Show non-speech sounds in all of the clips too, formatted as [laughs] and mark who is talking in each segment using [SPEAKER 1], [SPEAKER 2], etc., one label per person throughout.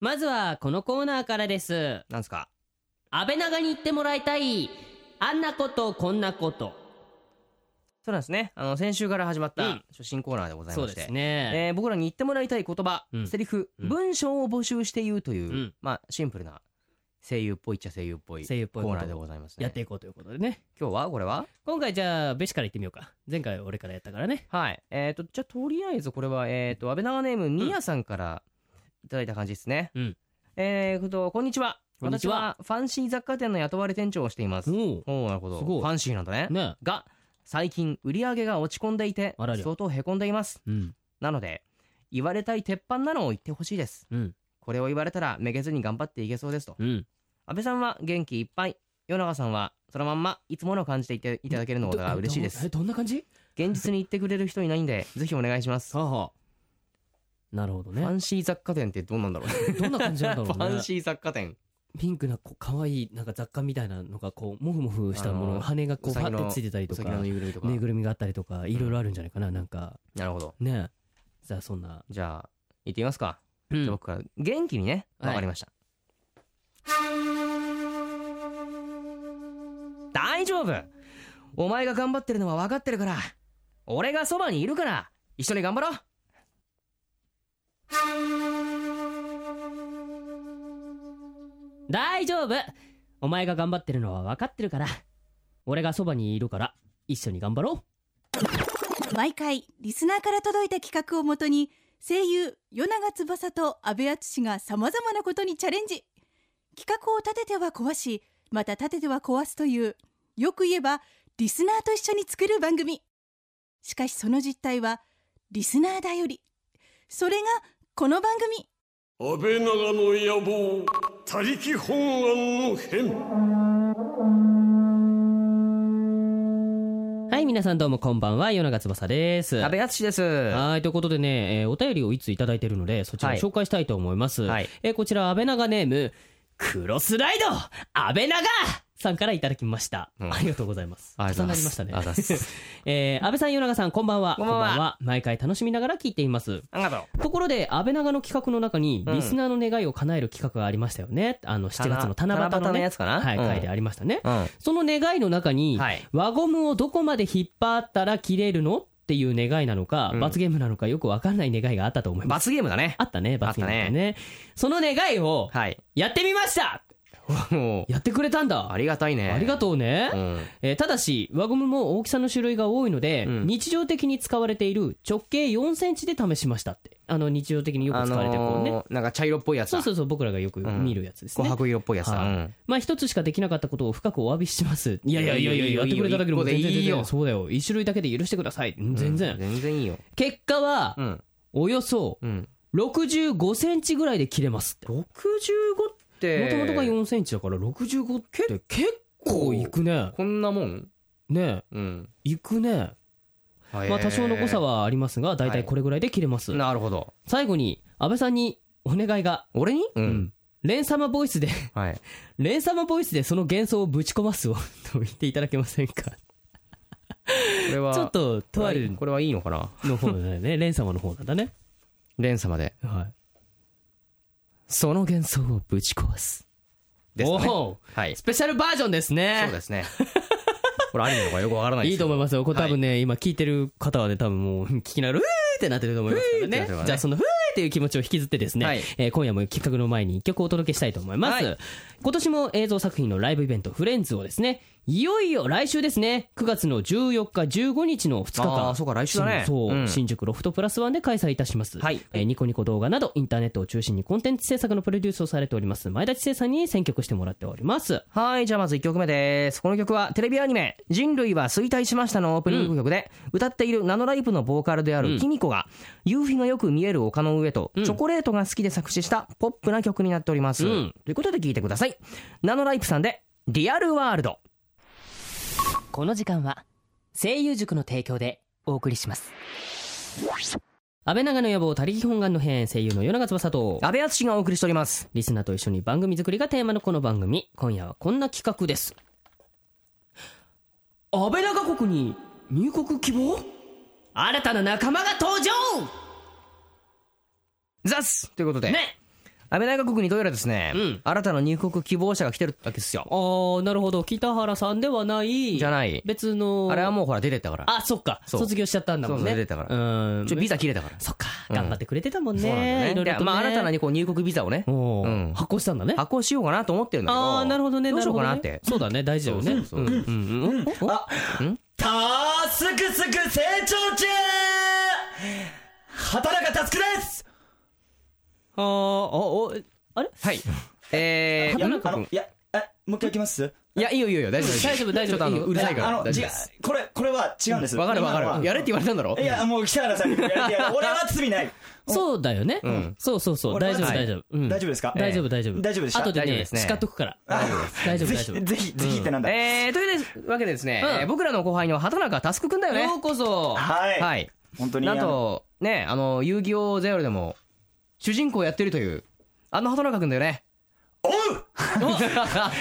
[SPEAKER 1] まずはこのコーナーからです。
[SPEAKER 2] なんすか
[SPEAKER 1] 安倍長に言ってもらいたい。あんなこと、こんなこと。
[SPEAKER 2] そうなんですね。あの、先週から始まっ
[SPEAKER 1] う
[SPEAKER 2] た
[SPEAKER 1] ん
[SPEAKER 2] 初心コーナーでござい
[SPEAKER 1] そ
[SPEAKER 2] ま
[SPEAKER 1] う
[SPEAKER 2] し
[SPEAKER 1] で
[SPEAKER 2] て
[SPEAKER 1] す。ね。
[SPEAKER 2] えー僕らに言ってもらいたい言葉、
[SPEAKER 1] うん
[SPEAKER 2] セリフ、
[SPEAKER 1] うん
[SPEAKER 2] 文章を募集して言うという、
[SPEAKER 1] うん
[SPEAKER 2] まあ、シンプルな声優っぽいっちゃ声優っぽい
[SPEAKER 1] 声優っぽい
[SPEAKER 2] コ
[SPEAKER 1] こ
[SPEAKER 2] ーナーで
[SPEAKER 1] とを
[SPEAKER 2] ございますね。
[SPEAKER 1] やっていこうということでね。
[SPEAKER 2] 今日はこれは
[SPEAKER 1] 今回じゃあ、ベシから言ってみようか。前回俺からやったからね。
[SPEAKER 2] はい。えっ、と、じゃあ、とりあえずこれは、えっ、と、安倍長ネーム、みやさんからいただいた感じですね。
[SPEAKER 1] うん
[SPEAKER 2] えーと、こんにちは。
[SPEAKER 1] こんにちは
[SPEAKER 2] 私は、ファンシー雑貨店の雇われ店長をしています。
[SPEAKER 1] お
[SPEAKER 2] おおなるほど。
[SPEAKER 1] すごい
[SPEAKER 2] ファンシーなんだね。
[SPEAKER 1] ね。
[SPEAKER 2] が、最近、売り上げが落ち込んでいて
[SPEAKER 1] あら、りゃ
[SPEAKER 2] 相当へこんでいます。
[SPEAKER 1] うん。
[SPEAKER 2] なので、言われたい鉄板なのを言ってほしいです。
[SPEAKER 1] うん。
[SPEAKER 2] これを言われたらめげずに頑張っていけそうですと
[SPEAKER 1] うん。
[SPEAKER 2] 安倍さんは元気いっぱい与永さんはそのまんまいつもの感じでいていただけるのが嬉しいで
[SPEAKER 1] え、
[SPEAKER 2] す
[SPEAKER 1] どんな感じ
[SPEAKER 2] 現実に言ってくれる人いないんでぜひお願いします
[SPEAKER 1] はは。なるほど
[SPEAKER 2] ファ
[SPEAKER 1] ね。
[SPEAKER 2] ンシー雑貨店ってどうなんだろうね
[SPEAKER 1] どんな感じ
[SPEAKER 2] フ
[SPEAKER 1] なんだろうね。
[SPEAKER 2] ァンシー雑貨店
[SPEAKER 1] ピンクなこう可愛いなんか雑貨みたいなのがこうモフモフしたもの
[SPEAKER 2] あの
[SPEAKER 1] が羽がこ
[SPEAKER 2] う
[SPEAKER 1] う
[SPEAKER 2] さ
[SPEAKER 1] パ
[SPEAKER 2] ぎの
[SPEAKER 1] ッてついてたり
[SPEAKER 2] お
[SPEAKER 1] [laughs] とか
[SPEAKER 2] 酒のぬいぐるみとか
[SPEAKER 1] ぬいぐるみがあったりとかいろいろあるんじゃないかななんか
[SPEAKER 2] なるほど
[SPEAKER 1] ねじゃあそんな
[SPEAKER 2] じゃあ行ってみますか
[SPEAKER 1] うん
[SPEAKER 2] じゃあ僕から元気にね
[SPEAKER 1] はい
[SPEAKER 2] わかりました大丈夫お前が頑張ってるのは分かってるから俺がそばにいるから一緒に頑張ろう
[SPEAKER 1] 大丈夫お前が頑張ってるのは分かってるから俺がそばにいるから一緒に頑張ろ
[SPEAKER 3] 毎回リスナーから届いた企画をもとに声優与永翼と阿部淳がさまざまなことにチャレンジ企画を立てては壊しまた立てては壊すというよく言えばリスナーと一緒に作る番組しかしその実態はリスナーだよりそれがこの番組
[SPEAKER 4] 安倍長の野望他力本願の変
[SPEAKER 1] うはい皆さんどうもこんばんは夜永翼です
[SPEAKER 2] 安倍敦です
[SPEAKER 1] はいということでね、えーお便りをいついただいてるのでそちらを
[SPEAKER 2] はい
[SPEAKER 1] 紹介したいと思います、
[SPEAKER 2] はい
[SPEAKER 1] えーこちら安倍長ネームクロスライド安倍長さんからいただきました、
[SPEAKER 2] うん
[SPEAKER 1] ありがとうございます
[SPEAKER 2] ありがとうございます
[SPEAKER 1] 重なり
[SPEAKER 2] あ
[SPEAKER 1] ま
[SPEAKER 2] りがとう
[SPEAKER 1] した
[SPEAKER 2] ござい
[SPEAKER 1] ね
[SPEAKER 2] ます
[SPEAKER 1] えー安倍さん与永さんこんばんは
[SPEAKER 2] こんばんは
[SPEAKER 1] 毎回楽しみながら聞いています
[SPEAKER 2] ありがとう
[SPEAKER 1] ところで安倍長の企画の中に
[SPEAKER 2] うん
[SPEAKER 1] リスナーの願いを叶える企画がありましたよね、あの7月の [laughs] 七夕
[SPEAKER 2] 七
[SPEAKER 1] の
[SPEAKER 2] 夕の
[SPEAKER 1] ね
[SPEAKER 2] やつかな
[SPEAKER 1] はい、
[SPEAKER 2] うん
[SPEAKER 1] 回でありましたね、
[SPEAKER 2] うん
[SPEAKER 1] その願いの中に、
[SPEAKER 2] はい
[SPEAKER 1] 輪ゴムをどこまで引っ張ったら切れるのっていう願いなのか、
[SPEAKER 2] うん
[SPEAKER 1] 罰ゲームなのかよくわかんない願いがあったと思います
[SPEAKER 2] 罰ゲームだね
[SPEAKER 1] あったね罰ゲームだ
[SPEAKER 2] あ
[SPEAKER 1] ね
[SPEAKER 2] った
[SPEAKER 1] その願いを
[SPEAKER 2] はい [laughs]
[SPEAKER 1] やってみました
[SPEAKER 2] もう
[SPEAKER 1] やってくれたんだ
[SPEAKER 2] ありがたいね
[SPEAKER 1] ありがとうね、
[SPEAKER 2] うん
[SPEAKER 1] えーただし輪ゴムも大きさの種類が多いので、
[SPEAKER 2] うん
[SPEAKER 1] 日常的に使われている直径4センチで試しましたってあの日常的によく使われてるこうね、
[SPEAKER 2] あのーなんか茶色っぽいやつ
[SPEAKER 1] そう
[SPEAKER 2] だ
[SPEAKER 1] そうそう僕らがよく見るやつです
[SPEAKER 2] 琥
[SPEAKER 1] ね、
[SPEAKER 2] 珀色っぽいやつだ
[SPEAKER 1] は
[SPEAKER 2] う
[SPEAKER 1] い
[SPEAKER 2] ん
[SPEAKER 1] まあ一つしかできなかったことを深くお詫びしますいやいやいやいや
[SPEAKER 2] いい
[SPEAKER 1] や
[SPEAKER 2] よ
[SPEAKER 1] っ
[SPEAKER 2] いい
[SPEAKER 1] て
[SPEAKER 2] よ
[SPEAKER 1] くれただけでも全
[SPEAKER 2] 一個
[SPEAKER 1] 然
[SPEAKER 2] でい
[SPEAKER 1] 全
[SPEAKER 2] いよ
[SPEAKER 1] 然そうだよ一種類だけで許してください全然、
[SPEAKER 2] うん全然いいよ
[SPEAKER 1] 結果は
[SPEAKER 2] うん
[SPEAKER 1] およそ
[SPEAKER 2] うん
[SPEAKER 1] 65センチぐらいで切れますって
[SPEAKER 2] 65って
[SPEAKER 1] もともとが4センチだから65って結構いくね
[SPEAKER 2] こんなもん
[SPEAKER 1] ね
[SPEAKER 2] うん
[SPEAKER 1] いくね
[SPEAKER 2] ま
[SPEAKER 1] まあ多少の誤差はありますが大体これぐらいで切れます、
[SPEAKER 2] なるほど
[SPEAKER 1] 最後に安倍さんにお願いが、
[SPEAKER 2] 俺にう
[SPEAKER 1] うんん、レン様ボイスで
[SPEAKER 2] はい
[SPEAKER 1] レン様ボイスでその幻想をぶち込ますを [laughs] と言っていただけませんか
[SPEAKER 2] これは
[SPEAKER 1] ちょっととある
[SPEAKER 2] これはいいのかな
[SPEAKER 1] の方だよねレン様の方なんだね
[SPEAKER 2] レン様で
[SPEAKER 1] はい
[SPEAKER 2] その幻想をぶち壊すですかね
[SPEAKER 1] おー
[SPEAKER 2] はい
[SPEAKER 1] ス
[SPEAKER 2] そ
[SPEAKER 1] ペシャルバージョンですね
[SPEAKER 2] うですねこれアニメのかよくわからない
[SPEAKER 1] いいと思いますよ。これ多分ね、今聞いてる方はね、多分もう、聞きながら、うーってなってると思いますから
[SPEAKER 2] うーってなっ
[SPEAKER 1] ね
[SPEAKER 2] てる。からね
[SPEAKER 1] じゃあその、ふーっていう気持ちを引きずってですね、
[SPEAKER 2] はい
[SPEAKER 1] えー今夜も企画の前に一曲お届けしたいと思います。
[SPEAKER 2] は
[SPEAKER 1] 今年も映像作品のライブイベント、フレンズをですね、いよいよ来週ですね、9月の14日、15日の2日間。
[SPEAKER 2] あーそうか来週だね
[SPEAKER 1] そう、
[SPEAKER 2] うん
[SPEAKER 1] 新宿ロフトプラスワンで開催いたします。
[SPEAKER 2] はい
[SPEAKER 1] えーニコニコ動画など、インターネットを中心にコンテンツ制作のプロデュースをされております、前田知世さんに選曲してもらっております。
[SPEAKER 2] はい、じゃあまず1曲目です。この曲はテレビアニメ、人類は衰退しましたのオープニング曲で、歌っているナノライプのボーカルであ
[SPEAKER 1] うん
[SPEAKER 2] るキミコが、夕日がよく見える丘の上と、
[SPEAKER 1] うん
[SPEAKER 2] チョコレートが好きで作詞したポップな曲になっております。
[SPEAKER 1] うん
[SPEAKER 2] ということで聴いてください。ナノライプさんで、リアルワールド。
[SPEAKER 1] この時間は声優塾の提供でお送りします安倍長の野望他力本願の編声優の与永翼と
[SPEAKER 2] 安倍淳がお送りしております。
[SPEAKER 1] リスナーと一緒に番組作りがテーマのこの番組今夜はこんな企画です安倍長国に入国希望新たな仲間が登場
[SPEAKER 2] ザスということで、
[SPEAKER 1] ね
[SPEAKER 2] 安倍内閣府にどうやらですね、
[SPEAKER 1] うん
[SPEAKER 2] 新たな入国希望者が来てるわけですよ
[SPEAKER 1] あーなるほど北原さんではない
[SPEAKER 2] じゃない
[SPEAKER 1] 別の
[SPEAKER 2] あれは
[SPEAKER 1] う
[SPEAKER 2] もうほら出てったから
[SPEAKER 1] あそっか
[SPEAKER 2] そう
[SPEAKER 1] 卒業しちゃったんだもんね
[SPEAKER 2] そうそう出てたから
[SPEAKER 1] うん
[SPEAKER 2] ちょビザ切れたから
[SPEAKER 1] そっか
[SPEAKER 2] うん
[SPEAKER 1] 頑張ってくれてたもんね,、
[SPEAKER 2] そうなんだよね
[SPEAKER 1] いろいろと、
[SPEAKER 2] で
[SPEAKER 1] ね、
[SPEAKER 2] まあ新たなにこう入国ビザをね
[SPEAKER 1] おー
[SPEAKER 2] うん
[SPEAKER 1] 発行したんだね
[SPEAKER 2] 発行しようかなと思ってるんだけど
[SPEAKER 1] ああなるほどね
[SPEAKER 2] どうしようかな
[SPEAKER 1] る
[SPEAKER 2] っ
[SPEAKER 1] ほど
[SPEAKER 2] て
[SPEAKER 1] ねそうだね大事だよね
[SPEAKER 2] そうそうそう
[SPEAKER 1] うんうんうんおあ
[SPEAKER 5] たすくすく成長中働かタスクです
[SPEAKER 1] あーおおあれ
[SPEAKER 2] はいえー、
[SPEAKER 1] 働
[SPEAKER 5] あの、いや、え、もう一回行きます
[SPEAKER 2] いやいいよいいよいいよ大丈夫
[SPEAKER 1] 大丈夫大
[SPEAKER 2] ち
[SPEAKER 1] 丈
[SPEAKER 2] ょっと
[SPEAKER 1] 夫
[SPEAKER 2] あ
[SPEAKER 1] いい
[SPEAKER 2] の
[SPEAKER 1] よ
[SPEAKER 2] うるさいか
[SPEAKER 5] あ
[SPEAKER 2] ら
[SPEAKER 5] の、
[SPEAKER 2] 大
[SPEAKER 5] 違
[SPEAKER 2] 丈夫
[SPEAKER 5] う
[SPEAKER 2] です、
[SPEAKER 5] これ、これは違うんです。
[SPEAKER 2] わかるわかるや
[SPEAKER 5] る。
[SPEAKER 2] れって言われたんだろ
[SPEAKER 5] いや、もう北原さんにやれてやる。俺は罪ない。
[SPEAKER 1] そうだよね、
[SPEAKER 2] ん
[SPEAKER 1] そうそうそう大
[SPEAKER 5] 俺は
[SPEAKER 1] 丈夫
[SPEAKER 5] はい
[SPEAKER 1] 大丈夫、うん
[SPEAKER 5] 大丈夫ですか
[SPEAKER 1] 大丈夫大丈夫
[SPEAKER 5] 大丈夫でした
[SPEAKER 1] 後で
[SPEAKER 2] 大丈夫で
[SPEAKER 1] ね
[SPEAKER 2] すね
[SPEAKER 1] 叱っとくから大丈夫
[SPEAKER 5] ぜ
[SPEAKER 1] 大丈
[SPEAKER 5] ひ、
[SPEAKER 1] 夫
[SPEAKER 5] ぜひ、ぜひってなんだ。
[SPEAKER 2] えー、というわけでですね、
[SPEAKER 1] うん
[SPEAKER 2] えー僕らの後輩の畑中佑くんだよね
[SPEAKER 1] ようこそ
[SPEAKER 5] はい。
[SPEAKER 2] はい
[SPEAKER 5] 本当に。
[SPEAKER 2] なん
[SPEAKER 5] あの、
[SPEAKER 2] とねあの遊戯王ゼロでも主人公やってるというあの畑中くんだよね
[SPEAKER 5] おう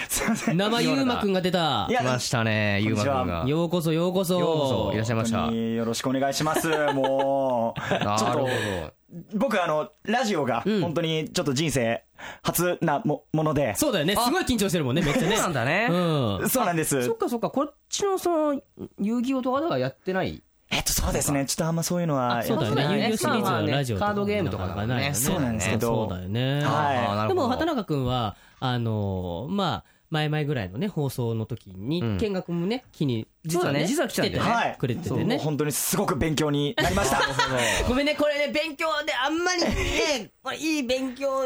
[SPEAKER 5] すいません。
[SPEAKER 1] 生ゆうまくんが出た
[SPEAKER 5] いや
[SPEAKER 2] [laughs] 来ましたねゆうまくんがよ
[SPEAKER 1] ようこそようこそう
[SPEAKER 2] こそいらっしゃいました
[SPEAKER 5] 本当によろしくお願い
[SPEAKER 2] [laughs]
[SPEAKER 5] します。もう、
[SPEAKER 2] な
[SPEAKER 5] ちょっ
[SPEAKER 2] るほ
[SPEAKER 5] と
[SPEAKER 2] ど、
[SPEAKER 5] 僕あの、ラジオが、
[SPEAKER 1] うん
[SPEAKER 5] 本当にちょっと人生初なももので、
[SPEAKER 1] そうだよね
[SPEAKER 2] あ
[SPEAKER 1] すごい緊張してるもんねめっちゃ
[SPEAKER 2] そう
[SPEAKER 1] ね
[SPEAKER 2] なんだね、
[SPEAKER 1] うん
[SPEAKER 5] そうなんです。
[SPEAKER 2] そっかそっかこっちのその遊戯王とかではやってない
[SPEAKER 5] えっと、そうですね。ちょっとあんまそういうのは、
[SPEAKER 1] あそうだよね
[SPEAKER 2] そうだよね
[SPEAKER 1] 有料シリーズのラジオと
[SPEAKER 2] まあまあねカードゲームとかだ
[SPEAKER 1] なから
[SPEAKER 2] か
[SPEAKER 1] な
[SPEAKER 2] ね
[SPEAKER 1] いよね
[SPEAKER 5] そうなんですけど
[SPEAKER 1] そうだよね
[SPEAKER 5] はい
[SPEAKER 2] あーなる
[SPEAKER 1] で
[SPEAKER 2] ほ
[SPEAKER 1] も
[SPEAKER 2] ど
[SPEAKER 1] 畑中君はあのーまあ前々ぐらいのね放送の時に
[SPEAKER 2] うん
[SPEAKER 1] 見学もね気に
[SPEAKER 2] そうだね実は来たんだよね
[SPEAKER 1] てて
[SPEAKER 5] はい
[SPEAKER 1] くれて
[SPEAKER 5] そ
[SPEAKER 1] て
[SPEAKER 5] うもう
[SPEAKER 1] ね
[SPEAKER 5] 本当にすごく勉強になりま
[SPEAKER 2] [laughs]
[SPEAKER 5] した。
[SPEAKER 1] ごめんねこれね勉強であんまりねこれいい勉強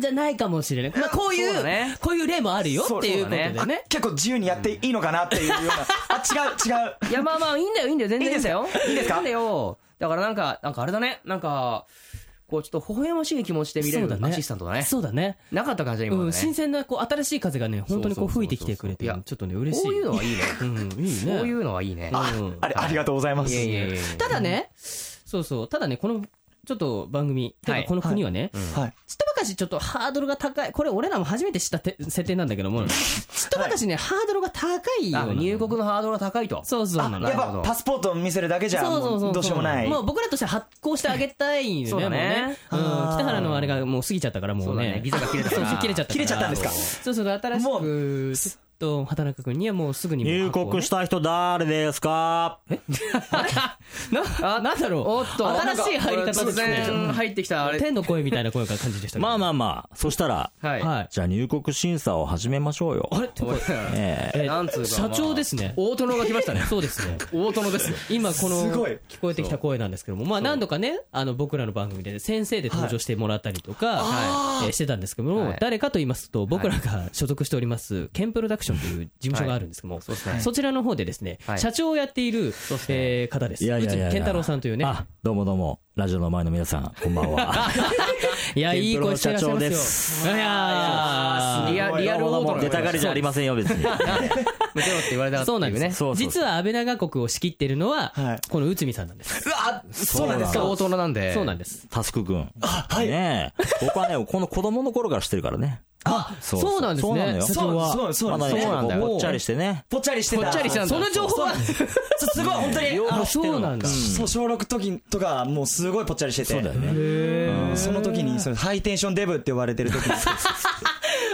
[SPEAKER 1] じゃないかもしれないまあこうい
[SPEAKER 2] そう
[SPEAKER 1] う
[SPEAKER 2] だね
[SPEAKER 1] こういう例もあるよ
[SPEAKER 5] そう
[SPEAKER 1] っていうことで
[SPEAKER 2] そう
[SPEAKER 1] ね
[SPEAKER 5] 結構自由にやっていいのかなっていうような。あ、違う、違う。
[SPEAKER 2] いやまあまあいいんだよいいんだよ全然いいんだよいいん
[SPEAKER 5] ですか
[SPEAKER 2] だよだからなんかなんかあれだねなんかこうちょっと微笑ましい気持ちで見
[SPEAKER 1] そ
[SPEAKER 2] れ
[SPEAKER 1] うだ
[SPEAKER 2] る
[SPEAKER 1] ね
[SPEAKER 2] アシスタントだね
[SPEAKER 1] そうだね
[SPEAKER 2] なかった感じだ今
[SPEAKER 1] う
[SPEAKER 2] の
[SPEAKER 1] ん、
[SPEAKER 2] ね
[SPEAKER 1] 新鮮なこう新しい風がね本当にこう
[SPEAKER 2] そう
[SPEAKER 1] 吹
[SPEAKER 2] そうそうそう
[SPEAKER 1] いてきてくれてち
[SPEAKER 2] いや
[SPEAKER 1] ょっとね嬉しい
[SPEAKER 2] こういうのはいいね
[SPEAKER 1] うんいいね
[SPEAKER 2] こういうのはいいね
[SPEAKER 1] あうん
[SPEAKER 5] あれ、ありがとうございます。
[SPEAKER 2] いやいやいやいや
[SPEAKER 1] ただねそうそうただねこのちょっと番組て
[SPEAKER 2] は
[SPEAKER 1] か
[SPEAKER 2] い
[SPEAKER 1] この国はね
[SPEAKER 5] はい。
[SPEAKER 1] ちとばかしちょっとハードルが高いこれ俺らも初めて知ったて設定なんだけどもちとばかしねハードルが高いよ
[SPEAKER 2] あ
[SPEAKER 1] うな
[SPEAKER 2] 入国のハードルが高いと
[SPEAKER 1] そうそうなの
[SPEAKER 5] やっ
[SPEAKER 2] なるほ
[SPEAKER 5] ぱ
[SPEAKER 2] ど
[SPEAKER 5] パスポートを見せるだけじゃ、
[SPEAKER 1] そうそうそう
[SPEAKER 5] も
[SPEAKER 1] そうう
[SPEAKER 5] どうしようもない。
[SPEAKER 1] もう僕らとしては発行してあげたい
[SPEAKER 2] そ
[SPEAKER 1] よ
[SPEAKER 2] う
[SPEAKER 1] ね
[SPEAKER 2] だ
[SPEAKER 1] もう
[SPEAKER 2] ね
[SPEAKER 1] ねうん
[SPEAKER 5] あー
[SPEAKER 1] 北原のあれがもう過ぎちゃったからも
[SPEAKER 2] そう
[SPEAKER 1] う
[SPEAKER 2] だね
[SPEAKER 1] ね
[SPEAKER 2] ビザが切れた
[SPEAKER 1] そ
[SPEAKER 2] か
[SPEAKER 1] う
[SPEAKER 2] ら
[SPEAKER 1] そう切れちゃった
[SPEAKER 5] 切れちゃったんですか
[SPEAKER 1] そうそう新し
[SPEAKER 5] も
[SPEAKER 1] くちょっと畑中君にはもうすぐにもう
[SPEAKER 6] 入
[SPEAKER 1] 発行ね
[SPEAKER 6] 国した人誰ですか
[SPEAKER 1] [laughs] な、なんだろう。
[SPEAKER 2] おっと
[SPEAKER 1] 新しい入り方です
[SPEAKER 2] 突然
[SPEAKER 1] ね。
[SPEAKER 2] 入ってきたあれ
[SPEAKER 1] 天の声みたいな声が感じでしたけど。
[SPEAKER 6] まあまあまあ、そしたら、
[SPEAKER 2] はい
[SPEAKER 1] はい。
[SPEAKER 6] じゃあ入国審査を始めましょうよ。
[SPEAKER 1] あれ
[SPEAKER 2] [laughs]
[SPEAKER 1] てか
[SPEAKER 6] ええ
[SPEAKER 1] え
[SPEAKER 2] なんつうかまあ
[SPEAKER 1] 社長ですね。
[SPEAKER 2] 大殿が来ましたね
[SPEAKER 1] そうですね。
[SPEAKER 2] 大殿ですよ
[SPEAKER 1] 今この
[SPEAKER 5] すごい
[SPEAKER 1] 聞こえてきた声なんですけども、まあ何度かね、あの僕らの番組で先生で登場してもらったりとか、はいえーしてたんですけど
[SPEAKER 2] は
[SPEAKER 1] も
[SPEAKER 2] い、
[SPEAKER 1] 誰かと言いますと、僕らが所属しております、ケンプロダクションという事務所があるんですけども、
[SPEAKER 2] そうですね
[SPEAKER 1] そちらの方でですね
[SPEAKER 2] は、い
[SPEAKER 1] 社長をやっているえー方です。
[SPEAKER 6] いやい
[SPEAKER 1] 内
[SPEAKER 6] やいやいや
[SPEAKER 1] 健太郎さんというね。
[SPEAKER 6] あ、どうもどうも、ラジオの前の皆さん、こんば
[SPEAKER 1] [laughs]
[SPEAKER 6] んは。
[SPEAKER 1] いや、いい声してらっしゃいま
[SPEAKER 6] ケンプロの社長です
[SPEAKER 1] よ。いやいやいや
[SPEAKER 2] リアリアル
[SPEAKER 6] ど
[SPEAKER 2] 大
[SPEAKER 6] うもどう
[SPEAKER 2] 殿
[SPEAKER 6] も、出たがりじゃありませんよ、別に。
[SPEAKER 2] 出ろって言われた
[SPEAKER 1] そうなんです
[SPEAKER 6] ねそうそうそう
[SPEAKER 1] 実は安倍長国を仕切ってるのは、
[SPEAKER 5] はい
[SPEAKER 1] この内海さんなんです。
[SPEAKER 5] うわ、そうなんですか。
[SPEAKER 2] 大殿なんで
[SPEAKER 1] そうなんです。
[SPEAKER 6] タスク
[SPEAKER 1] [laughs]
[SPEAKER 6] 君。
[SPEAKER 5] はい
[SPEAKER 6] ねえ。僕はね、この子供の頃から知ってるからね。
[SPEAKER 1] あ、そうなんです
[SPEAKER 6] そうなの
[SPEAKER 1] ね
[SPEAKER 6] よ。。
[SPEAKER 5] そうそうそう
[SPEAKER 6] まだね、
[SPEAKER 5] そう
[SPEAKER 1] なんだよ
[SPEAKER 6] こうぽっちゃりしてね。
[SPEAKER 5] ぽっちゃりしてた。
[SPEAKER 2] ぽっちゃりしてたんだ
[SPEAKER 1] その情報は、
[SPEAKER 5] そう
[SPEAKER 1] [laughs]
[SPEAKER 5] すごい、本当に。あ
[SPEAKER 1] あ、
[SPEAKER 5] の
[SPEAKER 1] そうなんだ。
[SPEAKER 5] そう、小6時とか、もうすごいぽっちゃりしてて。
[SPEAKER 6] そうだよね。
[SPEAKER 5] うんその時に、そのハイテンションデブって言われてる時に。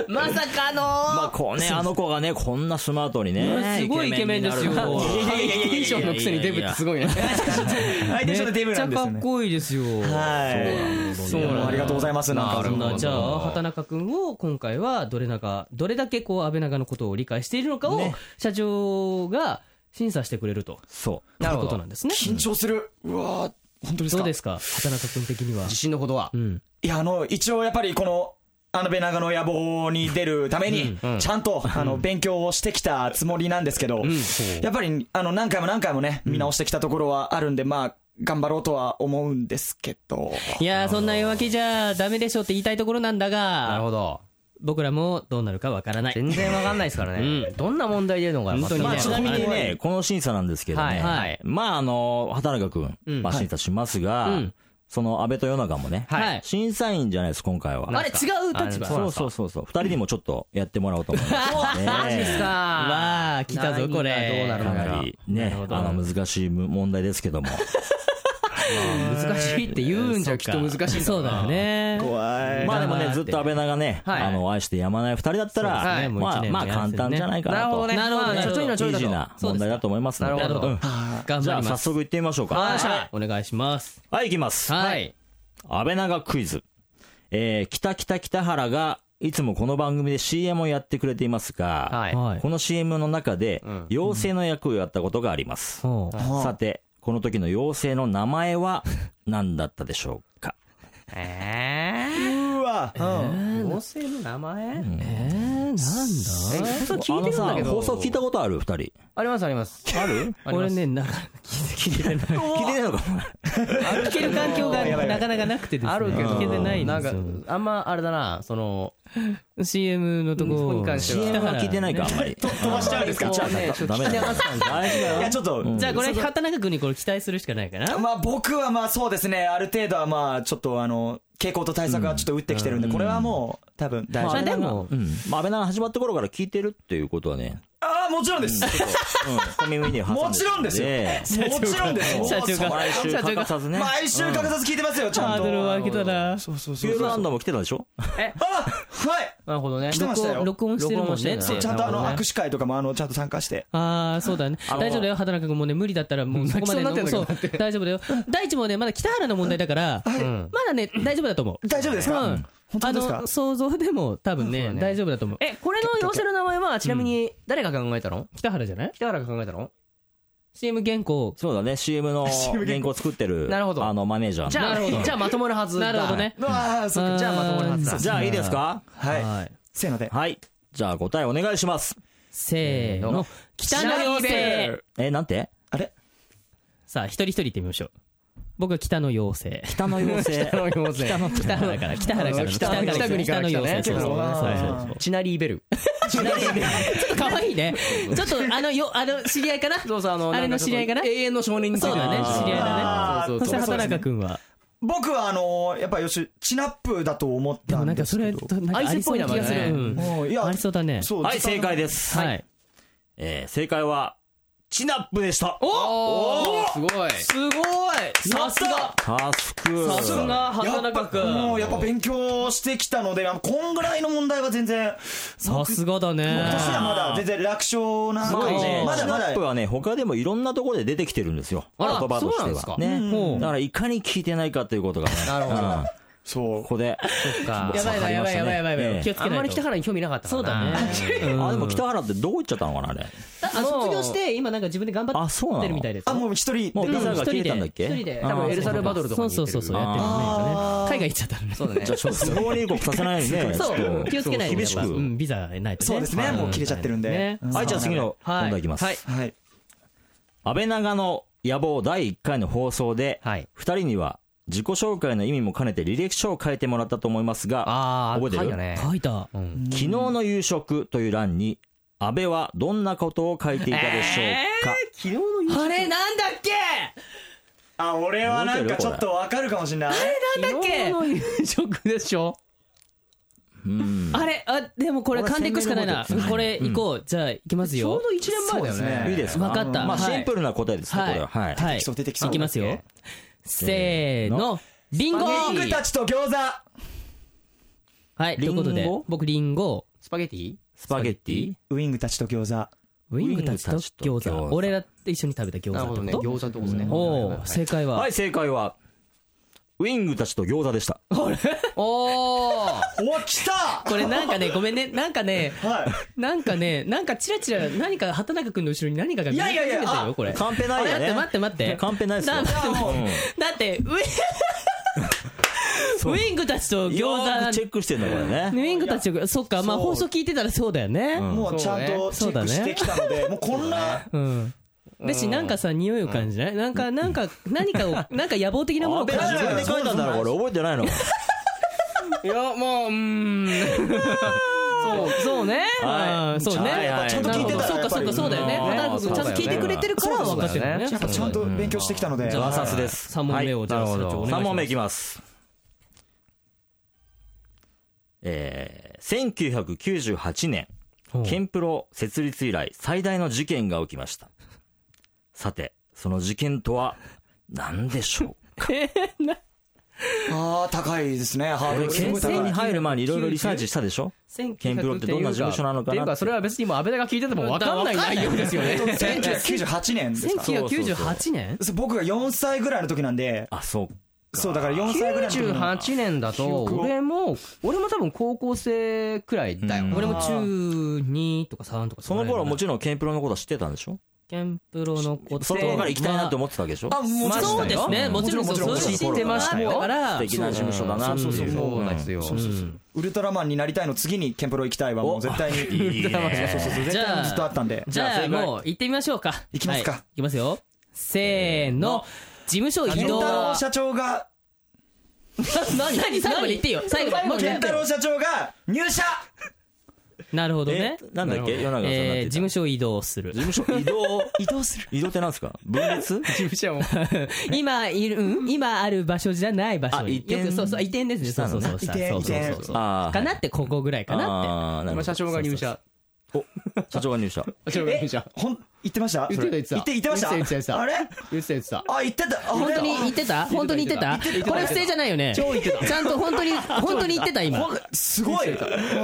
[SPEAKER 1] まさかの、
[SPEAKER 6] まあ、こうね、あの子がね、こんなスマートにね。
[SPEAKER 1] すご [laughs] いイケメンですよ。
[SPEAKER 6] イケメンになる
[SPEAKER 5] いやいやいやいや
[SPEAKER 2] テンションのくせにデブってすごいね
[SPEAKER 5] ハイテンションでデブなんです
[SPEAKER 1] めっちゃか
[SPEAKER 5] よ
[SPEAKER 1] っ
[SPEAKER 5] ね。
[SPEAKER 1] こいいですよ。
[SPEAKER 5] はい。
[SPEAKER 1] そうなんだ
[SPEAKER 5] ありがとうございます。なんか、
[SPEAKER 1] そんなじゃ
[SPEAKER 2] なるほ
[SPEAKER 1] あ
[SPEAKER 2] ど
[SPEAKER 1] 畑中君を今回はどれなかどれだけこう安倍長のことを理解しているのかを社長が審査してくれると
[SPEAKER 6] そ
[SPEAKER 1] い
[SPEAKER 2] なる
[SPEAKER 1] う
[SPEAKER 2] ほど
[SPEAKER 1] ことなんですね。
[SPEAKER 5] 緊張する。うわー本当です
[SPEAKER 1] どう
[SPEAKER 5] か
[SPEAKER 1] ですか畑中君的には
[SPEAKER 2] [laughs] 自。信のほどは
[SPEAKER 1] うん。
[SPEAKER 5] いや、あの、一応やっぱりこの、あの、ベナガの野望に出るために、ちゃんと、あの、勉強をしてきたつもりなんですけど、やっぱり、あの、何回も何回もね、見直してきたところはあるんで、まあ、頑張ろうとは思うんですけど、
[SPEAKER 1] いやーそんな弱気じゃダメでしょうって言いたいところなんだ
[SPEAKER 2] なる
[SPEAKER 1] が
[SPEAKER 2] ほど
[SPEAKER 1] 僕らもどうなるかわからない。
[SPEAKER 2] 全然わかんないですからねどんな問題出るのか
[SPEAKER 1] 本当にね
[SPEAKER 6] う。まあ、ちなみに
[SPEAKER 1] は
[SPEAKER 6] ね、この審査なんですけど
[SPEAKER 2] はい
[SPEAKER 6] ね。
[SPEAKER 2] はい
[SPEAKER 6] まあ、あの、畑中君、
[SPEAKER 1] うん
[SPEAKER 6] まあ、審査しますが、
[SPEAKER 1] うん
[SPEAKER 6] その安倍と世中もね、
[SPEAKER 1] はい
[SPEAKER 6] 審査員じゃないです、今回は。
[SPEAKER 1] あれ違う立場。
[SPEAKER 2] そうなんで
[SPEAKER 6] そう
[SPEAKER 2] すか
[SPEAKER 6] そうそうそう。二人にもちょっとやってもらおうと思い
[SPEAKER 2] [laughs]
[SPEAKER 6] ます。
[SPEAKER 1] [laughs]
[SPEAKER 2] マジっすか
[SPEAKER 1] わあ来たぞこれ
[SPEAKER 2] 何がどうなる
[SPEAKER 6] か
[SPEAKER 2] のか [laughs]
[SPEAKER 6] なりね、あの難しい問題ですけども。
[SPEAKER 2] 難しいって言うんじゃきっと難しいんだろうな
[SPEAKER 1] そうだよね。
[SPEAKER 5] 怖い
[SPEAKER 6] まあでも
[SPEAKER 1] だ
[SPEAKER 6] ね、
[SPEAKER 1] なー
[SPEAKER 6] ず
[SPEAKER 1] っ
[SPEAKER 6] ってと安倍長ね、
[SPEAKER 2] はい
[SPEAKER 6] あの、愛してやまない二人だっ
[SPEAKER 2] そ
[SPEAKER 6] た
[SPEAKER 2] うです
[SPEAKER 6] ら、
[SPEAKER 2] ねもう
[SPEAKER 6] ま
[SPEAKER 2] 一
[SPEAKER 6] あ、
[SPEAKER 2] 年
[SPEAKER 6] まあ
[SPEAKER 2] もやら
[SPEAKER 6] 簡
[SPEAKER 2] ずにね
[SPEAKER 6] 単じゃないか
[SPEAKER 2] な
[SPEAKER 6] な
[SPEAKER 2] るほ
[SPEAKER 6] と。
[SPEAKER 2] どね。
[SPEAKER 1] なるほど
[SPEAKER 2] まあちょっといいのちょ
[SPEAKER 6] イ
[SPEAKER 2] い
[SPEAKER 6] ー
[SPEAKER 2] だ
[SPEAKER 6] ジー
[SPEAKER 2] と。
[SPEAKER 6] な
[SPEAKER 1] そうで
[SPEAKER 6] 問
[SPEAKER 1] すね
[SPEAKER 6] 題だと思いますので。
[SPEAKER 2] なるほど
[SPEAKER 6] うん
[SPEAKER 1] 頑
[SPEAKER 6] じ
[SPEAKER 1] 張
[SPEAKER 6] ゃ
[SPEAKER 1] り
[SPEAKER 6] あ
[SPEAKER 1] ま
[SPEAKER 6] 早
[SPEAKER 1] す。
[SPEAKER 6] 速行ってみましょうか。
[SPEAKER 2] はい
[SPEAKER 1] お願いします。
[SPEAKER 6] はい、行きます。
[SPEAKER 1] はい。
[SPEAKER 6] 安倍長クイズ。えー、北北北原が、いつもこの番組で CM をやってくれていますが、
[SPEAKER 2] はい。
[SPEAKER 1] はい
[SPEAKER 6] この CM の中で
[SPEAKER 2] ん、
[SPEAKER 6] 妖精の役をやったことがあります。
[SPEAKER 1] ほう
[SPEAKER 6] さて、この時の妖精の名前は [laughs] 何だったでしょうか
[SPEAKER 2] え
[SPEAKER 5] [laughs] うわうん
[SPEAKER 2] ー。妖精の名前
[SPEAKER 1] えー、なんだ
[SPEAKER 2] 放送聞いてるんだけ
[SPEAKER 6] あの
[SPEAKER 2] ど。
[SPEAKER 6] さ放送聞いたことある二人。聞い
[SPEAKER 2] ありますあります。ある
[SPEAKER 1] 俺ね、なかなか聞いてない。
[SPEAKER 6] てねえのかお前
[SPEAKER 1] [laughs] 聞ける環境がなかなかなくてですね。
[SPEAKER 2] あるけど、
[SPEAKER 1] 聞けてないん
[SPEAKER 2] なん
[SPEAKER 1] です
[SPEAKER 2] か
[SPEAKER 1] よ。、
[SPEAKER 2] あんまあれだな、その、
[SPEAKER 1] CM のとこ
[SPEAKER 2] に関しては
[SPEAKER 6] CM は聞いてないか、あんまり。
[SPEAKER 5] 飛ばしちゃうんですか
[SPEAKER 2] こうね、ちょっと
[SPEAKER 6] ダメ
[SPEAKER 2] 聞
[SPEAKER 6] だ
[SPEAKER 2] き流す感じ。
[SPEAKER 6] 大事だよ
[SPEAKER 5] いやちょっと
[SPEAKER 1] じゃあこれ畑中君にこれ期待するしかないかな。
[SPEAKER 5] まあ僕はまあそうですねある程度はまあちょっとあの傾向と対策はちょっと打ってきてるんでこれはもう多分大丈
[SPEAKER 1] まあ
[SPEAKER 5] 夫
[SPEAKER 1] でも、
[SPEAKER 6] うん。まあ、安倍長始まった頃から聞いてるっていうことはね、
[SPEAKER 5] ああもちろん [laughs] です
[SPEAKER 6] うん、小耳に挟んで
[SPEAKER 5] もちろんですよ
[SPEAKER 2] [laughs]
[SPEAKER 5] もちろんですよ
[SPEAKER 1] 社長が
[SPEAKER 6] 毎週
[SPEAKER 1] 社
[SPEAKER 6] 欠
[SPEAKER 1] 長
[SPEAKER 6] か
[SPEAKER 1] が
[SPEAKER 6] さずね。
[SPEAKER 5] 毎週欠かさず聞いてますよちゃ
[SPEAKER 1] ハ
[SPEAKER 5] ん
[SPEAKER 1] ー
[SPEAKER 5] と
[SPEAKER 1] ドルを上げたら。
[SPEAKER 6] ピューロランドも来てたでしょ
[SPEAKER 5] あはい
[SPEAKER 2] なるほどね。
[SPEAKER 5] 来てましたよ
[SPEAKER 1] 録音してるもんねって。
[SPEAKER 5] そうちゃんと
[SPEAKER 1] な
[SPEAKER 5] あの
[SPEAKER 1] るほどね
[SPEAKER 5] 握手会とかもあのちゃんと参加して
[SPEAKER 1] ああ、そうだね。
[SPEAKER 6] の
[SPEAKER 1] 大丈夫だよ、畑中君もね、無理だったらもうそこまでの
[SPEAKER 2] 泣きそうになってんだ
[SPEAKER 1] そう大丈夫だよ。大地もね、まだ北原の問題だから、まだね、大丈夫だと思う。
[SPEAKER 5] 大丈夫ですか
[SPEAKER 1] うん
[SPEAKER 5] 本当
[SPEAKER 1] あ
[SPEAKER 5] ですか
[SPEAKER 1] の、想像でも多分ね、大丈夫だと思う。え、
[SPEAKER 2] え、これの妖精の名前は、ちなみに、誰が考えたの
[SPEAKER 1] 北原じゃない
[SPEAKER 2] 北原が考えたの
[SPEAKER 1] ?CM 原稿。
[SPEAKER 6] そうだね、CM の原稿作ってる、
[SPEAKER 2] なるほど
[SPEAKER 6] あの、マネージャー
[SPEAKER 2] じゃ
[SPEAKER 1] なるほど
[SPEAKER 2] あ、じゃあまとまるはずだ。
[SPEAKER 1] なるほどね。
[SPEAKER 5] ああそうか
[SPEAKER 1] うん
[SPEAKER 5] じ
[SPEAKER 2] じ
[SPEAKER 5] ゃ
[SPEAKER 2] ゃあまとまるはずだ。
[SPEAKER 6] のじゃあ、いいですか
[SPEAKER 5] あはい
[SPEAKER 1] はい。
[SPEAKER 5] せーので
[SPEAKER 6] はい。じゃあ、答えお願いします。
[SPEAKER 1] せーの。北
[SPEAKER 2] 北
[SPEAKER 1] の
[SPEAKER 2] の
[SPEAKER 1] 妖
[SPEAKER 2] 妖
[SPEAKER 1] 精
[SPEAKER 2] 精
[SPEAKER 6] え、なんて
[SPEAKER 5] あれ
[SPEAKER 1] さあ、一人一人言ってみましょう。僕は北の妖精。
[SPEAKER 6] 北の妖精。
[SPEAKER 2] 妖精。
[SPEAKER 1] 北原から、北原から、
[SPEAKER 2] 北
[SPEAKER 1] から
[SPEAKER 2] 北国から来たね
[SPEAKER 1] そうそうそうそうそう。
[SPEAKER 2] チナリーベル。
[SPEAKER 1] ちょっと可愛いね。ちょっとあのよあの知り合いかな。
[SPEAKER 2] どうぞ、あの、
[SPEAKER 1] あれの
[SPEAKER 2] んちょっと
[SPEAKER 1] 知り合いかな
[SPEAKER 2] 永遠の少年について
[SPEAKER 1] そうだね
[SPEAKER 2] あー
[SPEAKER 1] 知り合いだ
[SPEAKER 5] ね
[SPEAKER 2] そう
[SPEAKER 1] そ
[SPEAKER 2] そ
[SPEAKER 1] し
[SPEAKER 2] うそ
[SPEAKER 1] て
[SPEAKER 2] う
[SPEAKER 1] 畑中君は。
[SPEAKER 5] 僕はあのやっぱよしチナップだと思っ
[SPEAKER 1] で
[SPEAKER 5] た
[SPEAKER 1] もなんんか
[SPEAKER 5] です
[SPEAKER 1] そ
[SPEAKER 5] け
[SPEAKER 1] れ
[SPEAKER 5] ど
[SPEAKER 1] となんかありそうな気がする。
[SPEAKER 2] アイスっぽい名前だね
[SPEAKER 1] うん
[SPEAKER 5] もういや
[SPEAKER 1] ありそうだね。
[SPEAKER 5] そう
[SPEAKER 6] はい、
[SPEAKER 5] 時間
[SPEAKER 6] 正解です。
[SPEAKER 1] はい。
[SPEAKER 6] えー正解は、チナップでした。
[SPEAKER 2] おーすごい。
[SPEAKER 1] すごい。さすが。
[SPEAKER 6] タスク。
[SPEAKER 1] さすが
[SPEAKER 5] や
[SPEAKER 1] 畑
[SPEAKER 5] っ
[SPEAKER 1] 中
[SPEAKER 5] ぱ
[SPEAKER 1] 君。
[SPEAKER 5] もうやっぱ勉強してきたので、あのこんぐらいの問題は全然、
[SPEAKER 1] さすがだ
[SPEAKER 5] 僕としては
[SPEAKER 1] ね。
[SPEAKER 5] まだ全然楽勝な、
[SPEAKER 6] まあね、
[SPEAKER 5] ま
[SPEAKER 6] チ
[SPEAKER 5] だ
[SPEAKER 6] ナ
[SPEAKER 5] まだ
[SPEAKER 6] ップ、はね、他でもいろんなところで出てきてるんですよ。言
[SPEAKER 2] あら
[SPEAKER 6] 葉としては。
[SPEAKER 2] そうなんですか
[SPEAKER 6] ね、
[SPEAKER 1] うん
[SPEAKER 6] だから、いかに聞いてないかということがね。
[SPEAKER 2] なるほど
[SPEAKER 6] うん
[SPEAKER 5] そう
[SPEAKER 6] ここで。
[SPEAKER 2] か
[SPEAKER 1] やばいなやばいやばいやばいやばい。気をつけない
[SPEAKER 2] あん
[SPEAKER 1] と。
[SPEAKER 2] まり北原に興味なかったか
[SPEAKER 1] そう
[SPEAKER 2] ら
[SPEAKER 1] だ
[SPEAKER 2] な。
[SPEAKER 1] ね。
[SPEAKER 6] あ、でも北原ってどこ行っちゃったのかな、あれ。
[SPEAKER 1] あ卒業して今なんか自分で頑張
[SPEAKER 6] あ、そうな
[SPEAKER 1] っ
[SPEAKER 6] の
[SPEAKER 1] てるみたいです
[SPEAKER 5] あ、
[SPEAKER 1] よ。
[SPEAKER 5] もう一人、
[SPEAKER 6] もうビザが切れたんだっけ
[SPEAKER 1] 一人で
[SPEAKER 6] あー
[SPEAKER 2] 多分エルサルバドルとか
[SPEAKER 1] そうそ
[SPEAKER 2] に行っ
[SPEAKER 1] う
[SPEAKER 2] てる
[SPEAKER 1] そうそうやってるね今ね。海外行っちゃったのね。 [laughs]
[SPEAKER 2] そうだね。
[SPEAKER 6] じゃあ、ちょっと不法入国させないようにね。
[SPEAKER 1] そ
[SPEAKER 6] ちょっ
[SPEAKER 1] う、
[SPEAKER 6] と
[SPEAKER 1] 気をつけないとね
[SPEAKER 6] 厳しく
[SPEAKER 1] やっぱうん、ビザないとね。
[SPEAKER 5] そうですね
[SPEAKER 1] はい
[SPEAKER 5] もう切れちゃってるんで
[SPEAKER 1] ね
[SPEAKER 5] うん
[SPEAKER 6] はい、じゃあ次の問題いきます。
[SPEAKER 2] はい
[SPEAKER 5] はい。
[SPEAKER 6] 安倍長の野望第1回の放送で、
[SPEAKER 2] はい。
[SPEAKER 6] 2人には自己紹介の意味も兼ねて履歴書を書いてもらったと思いますが、
[SPEAKER 2] あー、
[SPEAKER 6] 覚えてる
[SPEAKER 2] 書いたね。
[SPEAKER 1] 書いた。
[SPEAKER 2] うん
[SPEAKER 6] 昨日の夕食という欄に、安倍はどんなことを書いていたでしょうか。
[SPEAKER 2] 昨日の
[SPEAKER 1] あれなんだっけ
[SPEAKER 5] あ、俺はなんかちょっとわかるかもしれない。
[SPEAKER 1] なんだっけ
[SPEAKER 2] 昨日の夕食でしょ
[SPEAKER 6] うん
[SPEAKER 1] あれあ、でもこれ噛んでいくしかないな。これ行こう。じゃあ行きます
[SPEAKER 2] ちょう
[SPEAKER 1] よ。
[SPEAKER 2] ど1年前だよ
[SPEAKER 5] そうです
[SPEAKER 2] ね。
[SPEAKER 5] ね
[SPEAKER 6] いいですか
[SPEAKER 1] わかった
[SPEAKER 6] まあ、
[SPEAKER 1] はい
[SPEAKER 6] シンプルな答えですね、これは。はい。
[SPEAKER 1] はい
[SPEAKER 5] きそう出てきそう
[SPEAKER 1] 行きますよ。せーの。リンゴ
[SPEAKER 5] 僕たちと餃子、
[SPEAKER 1] はい、ということで
[SPEAKER 6] リンゴ、
[SPEAKER 1] 僕リンゴ、
[SPEAKER 2] スパゲティ
[SPEAKER 6] スパゲッティ
[SPEAKER 5] ウイングたちと餃子。
[SPEAKER 1] ウイングたちと
[SPEAKER 6] ウイングたちと
[SPEAKER 1] 餃
[SPEAKER 6] 餃
[SPEAKER 1] 子。
[SPEAKER 6] 子
[SPEAKER 1] 俺らと一緒に食べた餃
[SPEAKER 2] なるほ
[SPEAKER 1] 子
[SPEAKER 2] ど
[SPEAKER 1] って
[SPEAKER 2] ね。
[SPEAKER 1] こと
[SPEAKER 2] 餃子ってことね。
[SPEAKER 1] おー、正解は
[SPEAKER 6] は。い、正解は、ウイングたちと餃子でした。
[SPEAKER 2] おー
[SPEAKER 5] お、来た
[SPEAKER 1] これなんかね、ごめんね。なんかね、
[SPEAKER 5] は
[SPEAKER 2] [laughs]
[SPEAKER 1] なんかね、なんかチラチラ何か畑中君の後ろに何かが見え始
[SPEAKER 5] いや
[SPEAKER 1] め
[SPEAKER 5] いやい
[SPEAKER 1] た
[SPEAKER 5] や
[SPEAKER 1] よ、
[SPEAKER 5] あ
[SPEAKER 1] これ。
[SPEAKER 6] カンペないよね。
[SPEAKER 1] 待って待って待って
[SPEAKER 6] カンペないっすよ。
[SPEAKER 1] だってもう
[SPEAKER 6] うん
[SPEAKER 1] だって、ウィンウィングたちと
[SPEAKER 6] よーく
[SPEAKER 1] 餃
[SPEAKER 6] チェ
[SPEAKER 1] 子、
[SPEAKER 6] ックしてんだこれ
[SPEAKER 1] ウ
[SPEAKER 6] ね。
[SPEAKER 1] ィングたちと、そっか、まあ
[SPEAKER 5] そう
[SPEAKER 1] 放送聞いてたらそうだよね。
[SPEAKER 5] い。もうちゃんとチ
[SPEAKER 1] そ
[SPEAKER 5] ェ
[SPEAKER 1] うだ
[SPEAKER 5] ッ
[SPEAKER 1] ね
[SPEAKER 5] クしてきたので、もうこんな、
[SPEAKER 1] うん。だし、なんかさ、匂いを感じないなんか、なんか、何
[SPEAKER 6] [laughs]
[SPEAKER 1] かを、なんか野望的なもの
[SPEAKER 6] 安
[SPEAKER 1] を感
[SPEAKER 6] 倍自
[SPEAKER 1] じる。
[SPEAKER 6] 分で書いたんだろこれ覚えてないの。
[SPEAKER 2] いや、まあ、うーん。そう、そうね。
[SPEAKER 1] あーそうね。
[SPEAKER 6] はいはい
[SPEAKER 5] ちゃんと聞いてたら
[SPEAKER 1] そう
[SPEAKER 5] や
[SPEAKER 1] か、
[SPEAKER 5] っぱ
[SPEAKER 1] そう
[SPEAKER 5] り
[SPEAKER 1] か、そうだよね。
[SPEAKER 6] うん
[SPEAKER 1] 畑中君、ちゃんと聞いてくれてるから分かってるよね。
[SPEAKER 2] そうだよね
[SPEAKER 5] やっぱちゃんと勉強してきたので、
[SPEAKER 1] じゃあ
[SPEAKER 6] ワサスです。
[SPEAKER 1] 三問目を
[SPEAKER 6] はい
[SPEAKER 1] じゃあ
[SPEAKER 6] なるほど
[SPEAKER 1] 社長お願いします
[SPEAKER 6] 三問目いきます。えー、1998年、ケンプロ設立以来最大の
[SPEAKER 1] [laughs]
[SPEAKER 6] 事件が起きました。さて、その事件とは何でしょう
[SPEAKER 5] ああ、高いですね。ハードルがす
[SPEAKER 6] 検
[SPEAKER 5] ごい
[SPEAKER 6] 索
[SPEAKER 5] 高
[SPEAKER 6] に
[SPEAKER 5] い。
[SPEAKER 6] 入る前にいろいろリサーチしたでしょケンプロってどんな事務所なの
[SPEAKER 2] っ
[SPEAKER 6] かなって
[SPEAKER 2] ていうかそれは別にもう安倍田が聞いてても分かんない内容ですよね
[SPEAKER 5] 1998年ですか
[SPEAKER 1] 1998年
[SPEAKER 5] そう僕が4歳ぐらいの時なんで、
[SPEAKER 6] あ、そう。
[SPEAKER 5] そう、だから4歳ぐらいの時の。
[SPEAKER 2] 98年だと
[SPEAKER 5] 記憶を
[SPEAKER 2] 俺も俺も多分高校生くらいだよ、
[SPEAKER 6] うん
[SPEAKER 1] 俺も中2とか3とか
[SPEAKER 6] その頃はもち
[SPEAKER 1] ろん
[SPEAKER 6] ろんケンプロのことは知ってたんでしょ
[SPEAKER 1] ケンプロのこと
[SPEAKER 6] その頃から行きたいなって思ってたわけでしょ
[SPEAKER 5] あ、も
[SPEAKER 1] まあ
[SPEAKER 5] ち
[SPEAKER 1] そ
[SPEAKER 5] ろ
[SPEAKER 1] うんですねもちろん
[SPEAKER 5] もちろんもちろん
[SPEAKER 1] そう
[SPEAKER 2] 知ってましたよ
[SPEAKER 1] だから
[SPEAKER 6] 素敵な事務所だなってい
[SPEAKER 5] そ
[SPEAKER 6] う。
[SPEAKER 5] うそう
[SPEAKER 2] そうなんですよ
[SPEAKER 6] そうそうそう
[SPEAKER 5] ウルトラマンになりたいの次にケンプロ行きたいはもう絶 [laughs] 対に。
[SPEAKER 6] いいね
[SPEAKER 5] そうそうそう、絶
[SPEAKER 1] じゃ
[SPEAKER 5] 対
[SPEAKER 1] あ
[SPEAKER 5] にずっとあったんで。
[SPEAKER 1] じゃあもう行ってみましょうか
[SPEAKER 5] 行きますか
[SPEAKER 1] はい行きますよせーの事務所移
[SPEAKER 5] 健
[SPEAKER 1] 動
[SPEAKER 5] 太郎
[SPEAKER 1] な
[SPEAKER 5] 社長が、
[SPEAKER 1] [laughs] 何何最後まで言っていいよ最後までもう
[SPEAKER 5] 健
[SPEAKER 1] 言って
[SPEAKER 5] 太
[SPEAKER 1] よ
[SPEAKER 5] 郎社長が入社
[SPEAKER 1] なるほどね
[SPEAKER 6] [laughs] え、なんだっけ世永さんだって
[SPEAKER 1] えー事
[SPEAKER 6] 言ってた
[SPEAKER 1] 務所移動
[SPEAKER 6] [laughs]
[SPEAKER 1] する
[SPEAKER 6] 事務所移動。移動する移動ってなんですか分裂
[SPEAKER 1] 今いる、うん今ある場所じゃない場所
[SPEAKER 6] あ移
[SPEAKER 1] に
[SPEAKER 6] 転
[SPEAKER 1] よくそうそう移転ですね
[SPEAKER 6] した
[SPEAKER 1] そうそ
[SPEAKER 6] の
[SPEAKER 1] う
[SPEAKER 6] ね
[SPEAKER 1] そうした
[SPEAKER 5] 移
[SPEAKER 1] そ
[SPEAKER 5] 転
[SPEAKER 1] うそうそうそ
[SPEAKER 5] 移転
[SPEAKER 1] う
[SPEAKER 6] あー
[SPEAKER 1] かなってここぐらいかなっ
[SPEAKER 6] あーなるほど
[SPEAKER 2] 社長が入社
[SPEAKER 6] 社長が入社。
[SPEAKER 2] 社長が入社
[SPEAKER 5] ほん、言ってました
[SPEAKER 2] 言ってた言ってた
[SPEAKER 5] 言って、言ってました
[SPEAKER 2] 言ってた言ってた
[SPEAKER 5] あれ
[SPEAKER 2] 言ってた言ってた
[SPEAKER 5] あ、言ってた。
[SPEAKER 1] て
[SPEAKER 5] あ
[SPEAKER 1] 本当に
[SPEAKER 5] 俺
[SPEAKER 1] 言ってた本当に言ってたこれ不正じゃないよね
[SPEAKER 2] 超言ってた
[SPEAKER 1] ちゃんと本当に本当に言ってた今
[SPEAKER 5] すごい。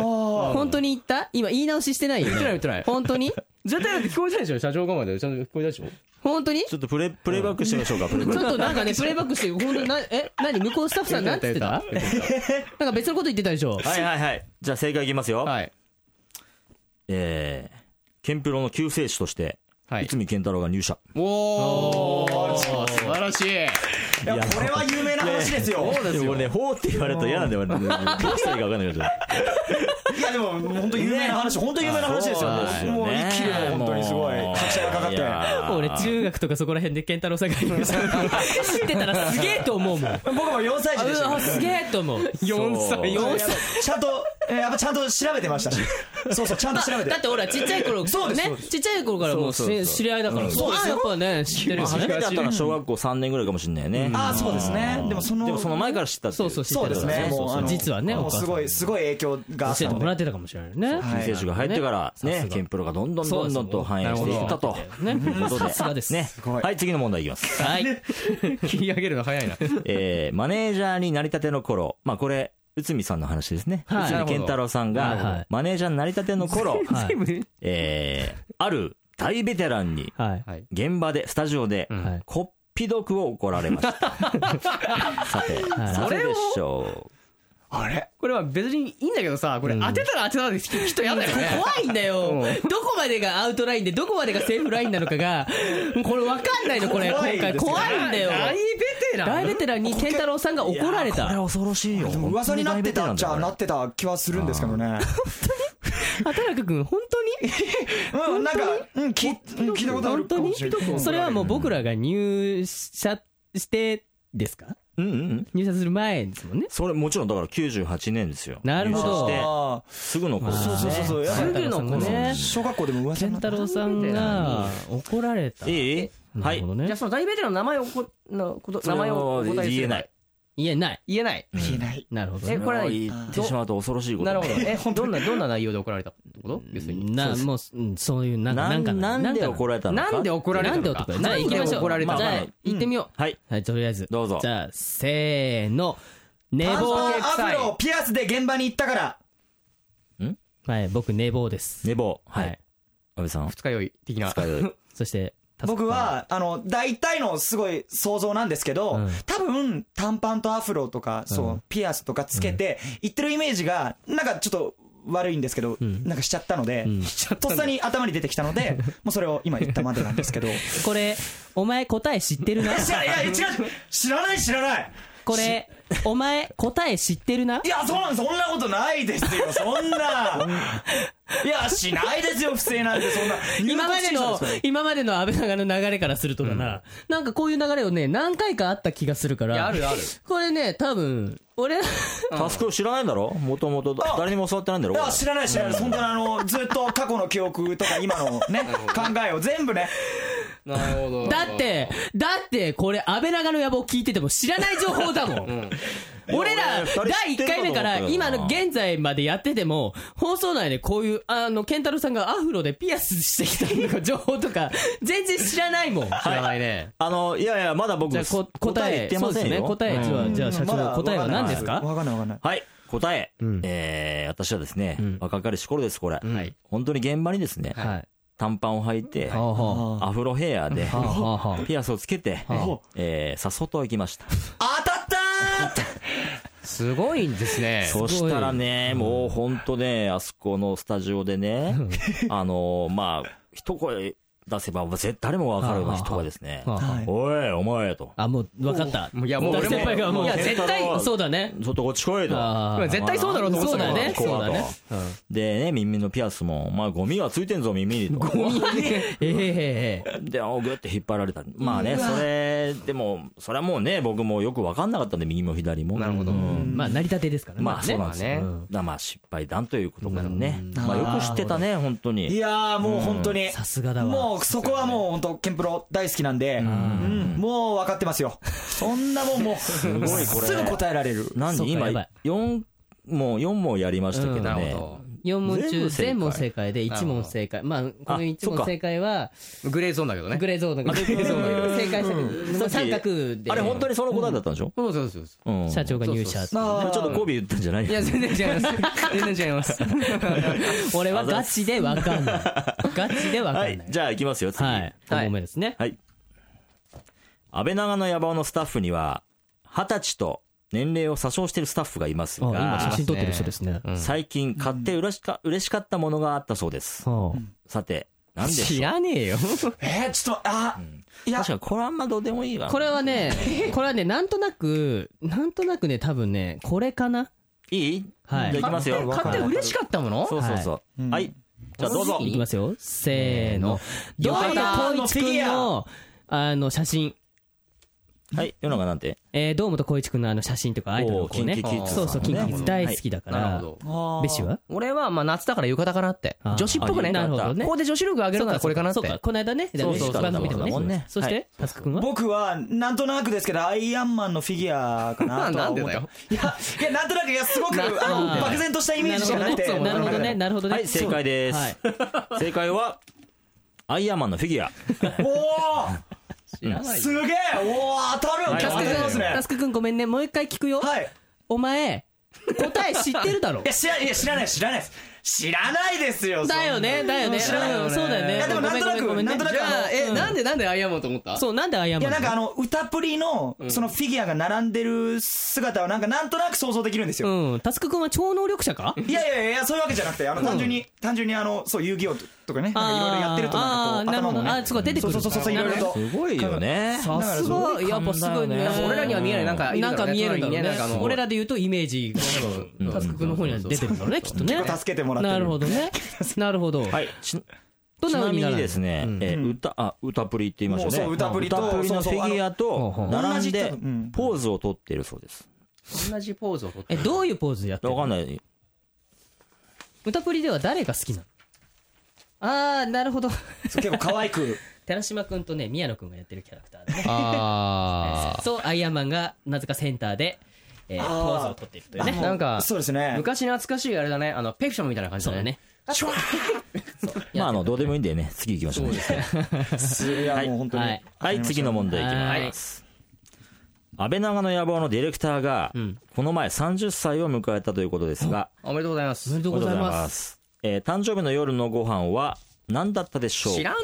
[SPEAKER 1] 本当に言った今言い直ししてないよね
[SPEAKER 2] 言ってない言ってない
[SPEAKER 1] 本当に
[SPEAKER 2] 絶対だって聞こえてないでしょ社長がまでちゃんと聞こえたでしょ
[SPEAKER 1] 本当に
[SPEAKER 6] ちょっとプレ、プレイバックしてみましょうか、プレイバ
[SPEAKER 1] ちょ
[SPEAKER 6] ッ
[SPEAKER 1] っとなんかねプレイバックして本当になえ何向こうスタッフさんなんて言ってたなんか別のこと言ってたでしょ
[SPEAKER 6] ク。はいはいはい。じゃあ正解いきますよ。
[SPEAKER 2] はい
[SPEAKER 6] えー、ケンプロの救世主として、
[SPEAKER 2] はい
[SPEAKER 6] 内海健太郎が入社。
[SPEAKER 2] おお素晴らしい
[SPEAKER 5] いや、これは有名な話ですよ。
[SPEAKER 6] でもね、ほうって言われると嫌なんだよ、俺どうしたらいいか分かんないけど。
[SPEAKER 5] いやでも本当有名な話、本当有名な話ですよ。もう一気に本当にすごい拍車がかかって。
[SPEAKER 1] 俺中学とかそこら辺で健太郎さんが入社知ってたらすげえと思うもんあ
[SPEAKER 5] 僕も4歳児でした
[SPEAKER 1] う
[SPEAKER 5] よ
[SPEAKER 1] わすげえと思う
[SPEAKER 6] 4歳
[SPEAKER 5] やっぱちゃんと、えーやっぱちゃんと調べてましたし。そうそう、ちゃんと調べて
[SPEAKER 1] だっ。て俺らちっちゃい頃
[SPEAKER 5] そうです
[SPEAKER 1] ね
[SPEAKER 5] そうで
[SPEAKER 1] ちっちゃい頃からもう
[SPEAKER 6] そうそうそう
[SPEAKER 1] し知り合いだから
[SPEAKER 5] そうです
[SPEAKER 1] あやっぱね知ってるよ
[SPEAKER 6] 初めて
[SPEAKER 1] ね
[SPEAKER 6] 会ったのは小学校3年ぐらいかもしれないね。
[SPEAKER 5] ああ、そうですね。でもその、
[SPEAKER 6] でもその前から知ったってい
[SPEAKER 1] そうそう知って
[SPEAKER 5] そうですね。
[SPEAKER 1] そうそうそう
[SPEAKER 5] もうあの
[SPEAKER 1] 実はね
[SPEAKER 5] もうすご
[SPEAKER 1] お母
[SPEAKER 5] い、すごい影響があっ
[SPEAKER 1] 教えて
[SPEAKER 5] たの
[SPEAKER 1] もら
[SPEAKER 5] で。
[SPEAKER 1] ってたかもしれないね
[SPEAKER 5] はい
[SPEAKER 6] 選手が入ってから、
[SPEAKER 1] ねさ
[SPEAKER 6] ね
[SPEAKER 1] す、が
[SPEAKER 6] ケンプロがどんどんどんどんと反映していったと。
[SPEAKER 1] ね
[SPEAKER 6] ということで
[SPEAKER 1] さすがです
[SPEAKER 6] ね。
[SPEAKER 5] ごい
[SPEAKER 6] はい、次の問題いきます。
[SPEAKER 1] はい
[SPEAKER 2] 切り上げるの [laughs] 早いな
[SPEAKER 6] えーマネージャーになりたての頃、まあこれ、内海さんの話ですね。
[SPEAKER 1] はい
[SPEAKER 6] 内海健太郎さん
[SPEAKER 1] なるほどはいはい
[SPEAKER 6] が、マネージャーになりたての頃、
[SPEAKER 1] はい
[SPEAKER 6] えーある大ベテランに、
[SPEAKER 1] はい
[SPEAKER 6] 現場で、スタジオで、
[SPEAKER 1] はい
[SPEAKER 6] こっぴどくを怒られました。さて、
[SPEAKER 1] い
[SPEAKER 6] なぜでしょ
[SPEAKER 5] あれ
[SPEAKER 2] これは別にいいんだけどさこれ当てたら当てたで人やだよね
[SPEAKER 1] [laughs] 怖いんだよ
[SPEAKER 2] う
[SPEAKER 1] どこまでがアウトラインでどこまでがセーフラインなのかがもうこれ分かんないのこれ今
[SPEAKER 5] 怖いで
[SPEAKER 1] 回
[SPEAKER 5] すよね
[SPEAKER 1] 怖いんだよ
[SPEAKER 2] 大ベテラン
[SPEAKER 1] 大ベテランに健太郎さんが
[SPEAKER 6] う。
[SPEAKER 1] 怒られ
[SPEAKER 6] いやーこれ
[SPEAKER 1] た
[SPEAKER 6] 恐ろしいよ。
[SPEAKER 5] でも噂になってたじゃあなってた気はするんですけどね。
[SPEAKER 1] 畑中君本当に
[SPEAKER 5] うん、なんか、うん、聞いうん聞いたことある
[SPEAKER 1] 本
[SPEAKER 5] か
[SPEAKER 1] 当
[SPEAKER 5] も
[SPEAKER 1] に
[SPEAKER 5] しれない。
[SPEAKER 1] それはもう僕らが入社してですか
[SPEAKER 6] うんうんうん。
[SPEAKER 1] 入社する前ですもんね
[SPEAKER 6] それもちろんだから98年ですよ。
[SPEAKER 1] なるほど
[SPEAKER 6] 入社して、
[SPEAKER 5] あー
[SPEAKER 6] すぐの頃。
[SPEAKER 5] そうそうそうそう。やっぱ
[SPEAKER 1] すぐの子ね
[SPEAKER 5] 小学校でも噂
[SPEAKER 1] 健
[SPEAKER 5] になって
[SPEAKER 1] 太郎さんが怒られた
[SPEAKER 6] いい
[SPEAKER 1] な
[SPEAKER 6] は
[SPEAKER 1] る
[SPEAKER 6] い
[SPEAKER 1] ほ。どね
[SPEAKER 2] じゃあその大ベテランの名前をこのこと
[SPEAKER 6] そ
[SPEAKER 2] 名
[SPEAKER 6] れを
[SPEAKER 2] 前をお答えす
[SPEAKER 6] 言え
[SPEAKER 2] れば
[SPEAKER 6] ない
[SPEAKER 1] 言えない
[SPEAKER 2] 言えない
[SPEAKER 5] 言えない。
[SPEAKER 1] なるほど
[SPEAKER 2] え
[SPEAKER 1] ね
[SPEAKER 2] これは
[SPEAKER 6] 言ってしまうと恐ろしいこと。
[SPEAKER 2] なるほどえどんなどんな内容で怒られたってこと要するに
[SPEAKER 1] なもううんそういうなんか
[SPEAKER 6] な
[SPEAKER 1] なんか
[SPEAKER 6] んなんで怒
[SPEAKER 1] ら
[SPEAKER 6] られたのか
[SPEAKER 2] なんで怒られた
[SPEAKER 1] なんで
[SPEAKER 2] の
[SPEAKER 1] 怒
[SPEAKER 2] から
[SPEAKER 1] れたじゃあ行きましょう
[SPEAKER 2] 怒られたの
[SPEAKER 1] じ
[SPEAKER 2] か
[SPEAKER 1] ゃあ行ってみよ
[SPEAKER 6] はい。
[SPEAKER 1] うはいとりあえず
[SPEAKER 6] どうぞ
[SPEAKER 1] じゃあせーの寝
[SPEAKER 5] パン
[SPEAKER 1] 坊
[SPEAKER 5] パンアブロピアスで現場に行ったから。
[SPEAKER 1] はい僕寝坊です
[SPEAKER 6] 寝坊。は
[SPEAKER 1] はいい。
[SPEAKER 6] 安倍さん。
[SPEAKER 2] 二日酔い的な
[SPEAKER 6] 使う。
[SPEAKER 1] そして
[SPEAKER 5] 僕は、あの、大体のすごい想像なんですけど、
[SPEAKER 1] うん
[SPEAKER 5] 多分、短パンとアフロとか、そう、ピアスとかつけて、言ってるイメージが、なんかちょっと悪いんですけど、なんかしちゃったので、とっさに頭に出てきたので、もうそれを今言ったまでなんで
[SPEAKER 1] [laughs]
[SPEAKER 5] すけど。い
[SPEAKER 1] これお前答え知って
[SPEAKER 5] [laughs]
[SPEAKER 1] るな
[SPEAKER 5] や、いや、違う、知らない、知らない。
[SPEAKER 1] これお前答え知ってるない
[SPEAKER 5] や、そうなんそんなことないですよ、そん
[SPEAKER 1] [laughs]
[SPEAKER 5] な。いや、しないですよ、不正なんて、そんな。
[SPEAKER 1] 今までの
[SPEAKER 5] 入国審査すから、
[SPEAKER 1] 今までの安倍長の流れからするとだな、なんかこういう流れをね、何回かあった気がするから。
[SPEAKER 2] いやあるある
[SPEAKER 1] これね、多分、俺、
[SPEAKER 6] タスク知らないんだろもともと誰にも教わってないんだろ
[SPEAKER 5] いや知らない知らない、本当にあのずっと過去の記憶とか今の
[SPEAKER 1] [laughs]
[SPEAKER 5] ね考えを全部ね
[SPEAKER 2] [laughs] なるほど
[SPEAKER 1] だって、だってこれ安倍長の野望聞いてても知らない情報だもん。 [laughs] 俺ら
[SPEAKER 6] 俺二人
[SPEAKER 1] 第1回目から
[SPEAKER 6] 知ってるの
[SPEAKER 1] 今
[SPEAKER 6] かと
[SPEAKER 1] の
[SPEAKER 6] 思ったよな
[SPEAKER 1] 現在までやってても放送内でこういうあのケンタロウさんがアフロでピアスしてきたのか情報とか [laughs] 全然知らないもん
[SPEAKER 2] 知らないね。
[SPEAKER 6] あの、いやいや、まだ僕、
[SPEAKER 1] じゃあこ答え
[SPEAKER 6] 言ってませんよ。
[SPEAKER 1] そうですね答えじゃあ
[SPEAKER 6] うん
[SPEAKER 1] じゃあ社長
[SPEAKER 5] まだ
[SPEAKER 1] 答えは何ですか
[SPEAKER 5] わかんないわかんない。
[SPEAKER 6] はい、答え。
[SPEAKER 1] うん
[SPEAKER 6] えー、私はですね
[SPEAKER 1] ん、
[SPEAKER 6] 若かりし頃です、これ
[SPEAKER 1] はい。
[SPEAKER 6] 本当に現場にですね、
[SPEAKER 1] はい
[SPEAKER 6] 短パンを履いて、
[SPEAKER 1] ほうほう
[SPEAKER 5] あ
[SPEAKER 6] アフロヘアで、 [laughs] ピアスをつけて
[SPEAKER 1] は、
[SPEAKER 6] えー、さっそと行きました。
[SPEAKER 5] 当たったーって
[SPEAKER 2] すごいんですね。
[SPEAKER 6] [laughs] そしたらね、もう本当ね、あそこのスタジオでね、あの、まあ、一声出せば、絶誰もわかるような人がですね、
[SPEAKER 1] はあはあ
[SPEAKER 6] おい、お前と。
[SPEAKER 1] あもう分かった
[SPEAKER 2] いやもう俺も
[SPEAKER 1] 先輩がもう
[SPEAKER 2] いや絶対
[SPEAKER 6] もう
[SPEAKER 1] そうだね
[SPEAKER 6] ちょっとこっち来いと。
[SPEAKER 1] あ
[SPEAKER 2] まあ
[SPEAKER 1] ー
[SPEAKER 2] 絶対そうだろうと思ってた
[SPEAKER 1] そうだね
[SPEAKER 6] ここは
[SPEAKER 1] そうだね
[SPEAKER 6] とでね、耳のピアスも、まあゴミはついてんぞ、耳にと。
[SPEAKER 1] [laughs] えええええ
[SPEAKER 6] で、おぐって引っ張られた。まあね、それ、でも、それはもうね、僕もよくわかんなかったんで、右も左も。
[SPEAKER 2] なるほど
[SPEAKER 6] う
[SPEAKER 1] え
[SPEAKER 6] ん
[SPEAKER 1] まあ成り立てですからね
[SPEAKER 6] まあそうなんですよ。
[SPEAKER 2] まあね
[SPEAKER 6] うんだからまあ失敗談ということからね。
[SPEAKER 5] なるほ
[SPEAKER 6] まあ
[SPEAKER 5] ど
[SPEAKER 6] よく知ってたね、本当
[SPEAKER 5] い
[SPEAKER 6] に。
[SPEAKER 5] やーもう本当に。
[SPEAKER 1] さすがだわ
[SPEAKER 5] もうそこはもう本当ケンプロ大好きなんで、うんもう分かってますよ。そんな
[SPEAKER 1] [laughs]
[SPEAKER 5] もんもう、す
[SPEAKER 6] ごいこれ
[SPEAKER 5] ぐ答えられる。
[SPEAKER 6] なん
[SPEAKER 1] そ
[SPEAKER 6] で
[SPEAKER 1] うか
[SPEAKER 6] 今
[SPEAKER 1] やばい、
[SPEAKER 6] 4、もう4問やりましたけど
[SPEAKER 2] なる
[SPEAKER 6] ね。
[SPEAKER 2] ほ
[SPEAKER 1] 4問中全
[SPEAKER 6] 全部
[SPEAKER 1] 問正
[SPEAKER 6] 正解
[SPEAKER 1] 解で1問正解まあこの1問正解は
[SPEAKER 2] ど。グレーゾーンだけどね
[SPEAKER 1] グ。レーゾーンが正解したけどまあ三角で
[SPEAKER 6] あれ本当にその答えだったんでしょ
[SPEAKER 2] そうそうそうそ。
[SPEAKER 6] うん。
[SPEAKER 1] 社長が入社
[SPEAKER 5] あー
[SPEAKER 6] でもちょっと語尾言ったんじゃないう
[SPEAKER 2] いや、全然違います。全然違います。
[SPEAKER 1] 俺はガチでわかんないガチでわか
[SPEAKER 6] は
[SPEAKER 1] ん
[SPEAKER 6] い
[SPEAKER 1] な。い
[SPEAKER 6] じゃあ行きますよ、次。
[SPEAKER 1] はい5問目ですね
[SPEAKER 6] はい。安倍長の野望のスタッフには、二十歳と年齢を詐称しているスタッフがいます
[SPEAKER 1] あ今写
[SPEAKER 6] が、
[SPEAKER 1] 真撮ってる人ですね
[SPEAKER 2] ん
[SPEAKER 6] 最近買ってうれしか、嬉しかったものがあったそうです。
[SPEAKER 1] は
[SPEAKER 6] さて、何で
[SPEAKER 2] 知
[SPEAKER 6] しょう
[SPEAKER 2] らねえよ。
[SPEAKER 5] えー、ちょっと、あ、いや
[SPEAKER 6] 確、かにこれあんまどうでもいいわ。
[SPEAKER 1] あ [laughs] これはねこれはねなんとなくなんとなくね多分ねこれかない
[SPEAKER 6] い
[SPEAKER 1] はい
[SPEAKER 6] じゃあ行きますよ。
[SPEAKER 5] 買
[SPEAKER 2] 買って嬉しかったもの
[SPEAKER 6] そうそうそう。
[SPEAKER 5] い
[SPEAKER 6] は
[SPEAKER 5] う
[SPEAKER 6] い。じゃあどうぞ。
[SPEAKER 1] いきますよせーのどう
[SPEAKER 5] よかった
[SPEAKER 1] もこいちくんのあの写真
[SPEAKER 6] はい。世の中なんて
[SPEAKER 1] えー、堂本光一君のあの写真とかアイドルの子ね
[SPEAKER 6] おー KinKiKids
[SPEAKER 1] そうそう
[SPEAKER 6] さんのね
[SPEAKER 1] KinKiKids 大好きだから、
[SPEAKER 2] なるほど。
[SPEAKER 1] ベシは
[SPEAKER 2] 俺は、まあ、夏だから浴衣かなって
[SPEAKER 1] あ。ー
[SPEAKER 2] 女子っぽくね。
[SPEAKER 1] あなるほどね
[SPEAKER 2] ここで女子力上げるならこれかなって。
[SPEAKER 1] そうかこの間ね
[SPEAKER 6] そうそう
[SPEAKER 1] 番組でも
[SPEAKER 6] そうそう
[SPEAKER 1] ね
[SPEAKER 6] ね
[SPEAKER 1] そし
[SPEAKER 6] はい
[SPEAKER 1] てタスク君は
[SPEAKER 5] 僕は、なんとなくですけど、アイアンマンのフィギュアかなと
[SPEAKER 1] [laughs]
[SPEAKER 5] は思っ
[SPEAKER 2] なん
[SPEAKER 5] た。いや、いや、なんとなく、いや、すごく、あの、
[SPEAKER 1] あー
[SPEAKER 5] 漠然としたイメージしかなくて。
[SPEAKER 1] なるほどねなるほどね
[SPEAKER 6] はい、正解です
[SPEAKER 1] はい。
[SPEAKER 6] 正解は、アイアンマンのフィギュア。
[SPEAKER 5] おおすげえおー当たるキャスティングですね。
[SPEAKER 1] タスク君ごめんねもう一回聞くよ、
[SPEAKER 5] はい。
[SPEAKER 1] お前答え知ってるだ
[SPEAKER 5] [laughs]
[SPEAKER 1] ろ
[SPEAKER 5] いや、知らない、いや、知らない、知らないです。知らないですよ、
[SPEAKER 1] だよねだよね
[SPEAKER 5] 知らない
[SPEAKER 1] うんそうだよね
[SPEAKER 5] いやでもなんとなく
[SPEAKER 1] ごめんごめんごめんね
[SPEAKER 5] なんとなく
[SPEAKER 2] じゃあ、え、
[SPEAKER 1] うん
[SPEAKER 2] なんでなんでアイアンマンと思った
[SPEAKER 1] そうなんで謝る
[SPEAKER 5] いやなんかあの歌プリのそのフィギュアが並んでる姿はなんかなんとなく想像できるんですよ、
[SPEAKER 1] うんタスク君は超能力者か
[SPEAKER 5] いやいやいやそういうわけじゃなくてあの単純に、単純にあのそう遊戯王とかねなんかいろいろやってるとなんかこう
[SPEAKER 1] あー
[SPEAKER 5] 頭も
[SPEAKER 1] なるほどあ
[SPEAKER 5] ね
[SPEAKER 1] そうか出てくる
[SPEAKER 5] そうそうそうそういろいろと
[SPEAKER 6] すごいよね。
[SPEAKER 1] さすがやっぱすごいね
[SPEAKER 6] だよね
[SPEAKER 2] 俺らには見えないなんかいる
[SPEAKER 1] なん
[SPEAKER 2] だ
[SPEAKER 1] か
[SPEAKER 2] ろうね
[SPEAKER 1] 見えるんだろう
[SPEAKER 2] 隣にねなんかあ
[SPEAKER 1] ね
[SPEAKER 2] の
[SPEAKER 1] 俺らで言うとイメージがタスク君の方には出てるんだろうねきっとね
[SPEAKER 5] 結構助けてもらってる
[SPEAKER 1] なるほどねなるほど
[SPEAKER 6] はい。ち
[SPEAKER 1] どん
[SPEAKER 6] ち
[SPEAKER 1] な
[SPEAKER 6] な
[SPEAKER 1] 風
[SPEAKER 6] み
[SPEAKER 1] な
[SPEAKER 6] に
[SPEAKER 1] る
[SPEAKER 6] ですね、えー歌、あ、歌プリって言いました
[SPEAKER 5] も
[SPEAKER 6] ね。
[SPEAKER 5] うそう歌プリと
[SPEAKER 6] 歌プリのフィギュア
[SPEAKER 1] そうそう
[SPEAKER 6] と
[SPEAKER 1] あ、
[SPEAKER 5] の
[SPEAKER 6] 並
[SPEAKER 5] 同
[SPEAKER 6] んで
[SPEAKER 5] じ多分、
[SPEAKER 6] ポーズをとってるそうです。
[SPEAKER 2] 同じポーズをとって
[SPEAKER 1] えどういうポーズやってる
[SPEAKER 6] わかんない。
[SPEAKER 1] 歌プリでは誰が好きなのあーなるほど [laughs]
[SPEAKER 5] そう結構可愛く
[SPEAKER 1] 寺島君とね宮野君がやってるキャラクターでね
[SPEAKER 2] あ
[SPEAKER 1] そうアイアンマンがなぜかセンターで、えー
[SPEAKER 5] あー
[SPEAKER 1] [laughs] ポーズをとっていくという
[SPEAKER 2] あ
[SPEAKER 1] ね
[SPEAKER 2] なんか
[SPEAKER 5] そうですね
[SPEAKER 2] 昔懐かしいあれだねあのペクションみたいな感じ
[SPEAKER 1] そう
[SPEAKER 2] だ
[SPEAKER 1] だ
[SPEAKER 2] ね
[SPEAKER 1] ね
[SPEAKER 6] まあ、あの、どうでもいいんでね、次行きましょうね。
[SPEAKER 5] いやもう本当に、
[SPEAKER 1] はい
[SPEAKER 6] はい、次の問題いきます。安倍長の野望のディレクターが、この前30歳を迎えたということですが、
[SPEAKER 2] おめでとうござい
[SPEAKER 1] お
[SPEAKER 2] ま
[SPEAKER 1] め
[SPEAKER 2] す
[SPEAKER 1] でとうございます
[SPEAKER 6] す。えー誕生日の夜のご飯は何だったでしょうか
[SPEAKER 2] 知らね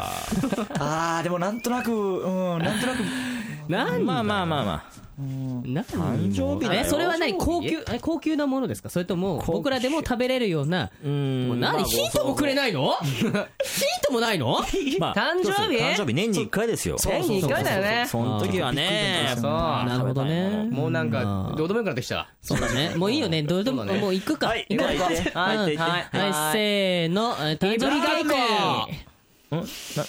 [SPEAKER 5] あーでもなんとなくうんなんとなく
[SPEAKER 1] なん
[SPEAKER 6] まあまあまあま
[SPEAKER 1] 何
[SPEAKER 6] 誕生日だよ
[SPEAKER 1] えそれは何高級え高級なものですかそれとも
[SPEAKER 6] 級
[SPEAKER 1] 僕らでも食べれるような
[SPEAKER 6] あ。うーん
[SPEAKER 1] もう
[SPEAKER 6] まあ
[SPEAKER 1] 何ヒントもくれないのヒントもないの
[SPEAKER 6] まあ
[SPEAKER 2] 誕生日
[SPEAKER 6] そうですよ誕生日年に1回ですよ。
[SPEAKER 2] 年に1回だよね
[SPEAKER 6] [laughs] その時はね、
[SPEAKER 2] そう
[SPEAKER 1] なるほどね
[SPEAKER 2] もうなんかどうでもよくなってきた
[SPEAKER 1] そうだねもういいよねどうでも
[SPEAKER 2] そうだね
[SPEAKER 1] もう行くか
[SPEAKER 6] はい、
[SPEAKER 1] 行
[SPEAKER 6] で
[SPEAKER 1] こう
[SPEAKER 6] は行って、
[SPEAKER 1] はい
[SPEAKER 6] はい、行って行って
[SPEAKER 1] はいせーのえ誕生日
[SPEAKER 2] イブリガ
[SPEAKER 1] ケ
[SPEAKER 2] ー
[SPEAKER 1] ーキ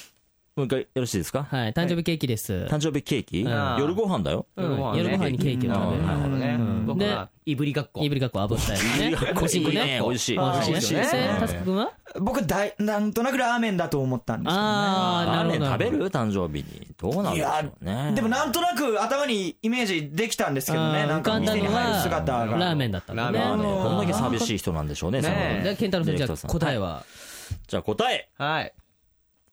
[SPEAKER 6] もう一回よろしいですか
[SPEAKER 1] はい、誕生日ケーキです。
[SPEAKER 6] 誕生日ケーキ
[SPEAKER 1] ん
[SPEAKER 6] 夜ご飯だよ。
[SPEAKER 1] うん
[SPEAKER 2] ご飯ね
[SPEAKER 1] 夜ご飯にケーキを食べる。
[SPEAKER 6] うん
[SPEAKER 2] なるほどね
[SPEAKER 1] うん
[SPEAKER 2] 僕はイブリガッコ
[SPEAKER 1] いぶりがっこ炙ったや
[SPEAKER 6] い
[SPEAKER 1] つ
[SPEAKER 6] や
[SPEAKER 1] ね。
[SPEAKER 6] こ
[SPEAKER 1] おしんこ
[SPEAKER 6] いい
[SPEAKER 1] ね
[SPEAKER 6] ね。。美味しい。
[SPEAKER 2] あー美味しい
[SPEAKER 1] ね。
[SPEAKER 2] ですね
[SPEAKER 1] タスク君は
[SPEAKER 5] [laughs] 僕だいなんとなくラーメンだと思ったんですよ
[SPEAKER 1] ああ、な
[SPEAKER 6] ラー
[SPEAKER 1] る
[SPEAKER 6] メ
[SPEAKER 1] ほ
[SPEAKER 6] ン
[SPEAKER 1] ど。
[SPEAKER 6] 食べる誕生日に。どうなんでしょうね。
[SPEAKER 5] でもなんとなく頭にイメージできたんですけど
[SPEAKER 1] あ
[SPEAKER 5] ね
[SPEAKER 1] ー
[SPEAKER 5] なん
[SPEAKER 1] 浮か
[SPEAKER 5] か
[SPEAKER 1] んだ
[SPEAKER 5] 店
[SPEAKER 1] の
[SPEAKER 5] に入る
[SPEAKER 1] は
[SPEAKER 5] 姿が
[SPEAKER 1] ラーメンだったんだね。
[SPEAKER 2] ラ
[SPEAKER 6] ま
[SPEAKER 2] ー
[SPEAKER 6] あ
[SPEAKER 2] メ
[SPEAKER 6] ね
[SPEAKER 2] ン
[SPEAKER 6] こんだけ寂しい人なんでしょうね、その
[SPEAKER 2] ね
[SPEAKER 1] で、ケンタロウさん、じゃあ答えは
[SPEAKER 6] じゃあ答え、
[SPEAKER 2] はい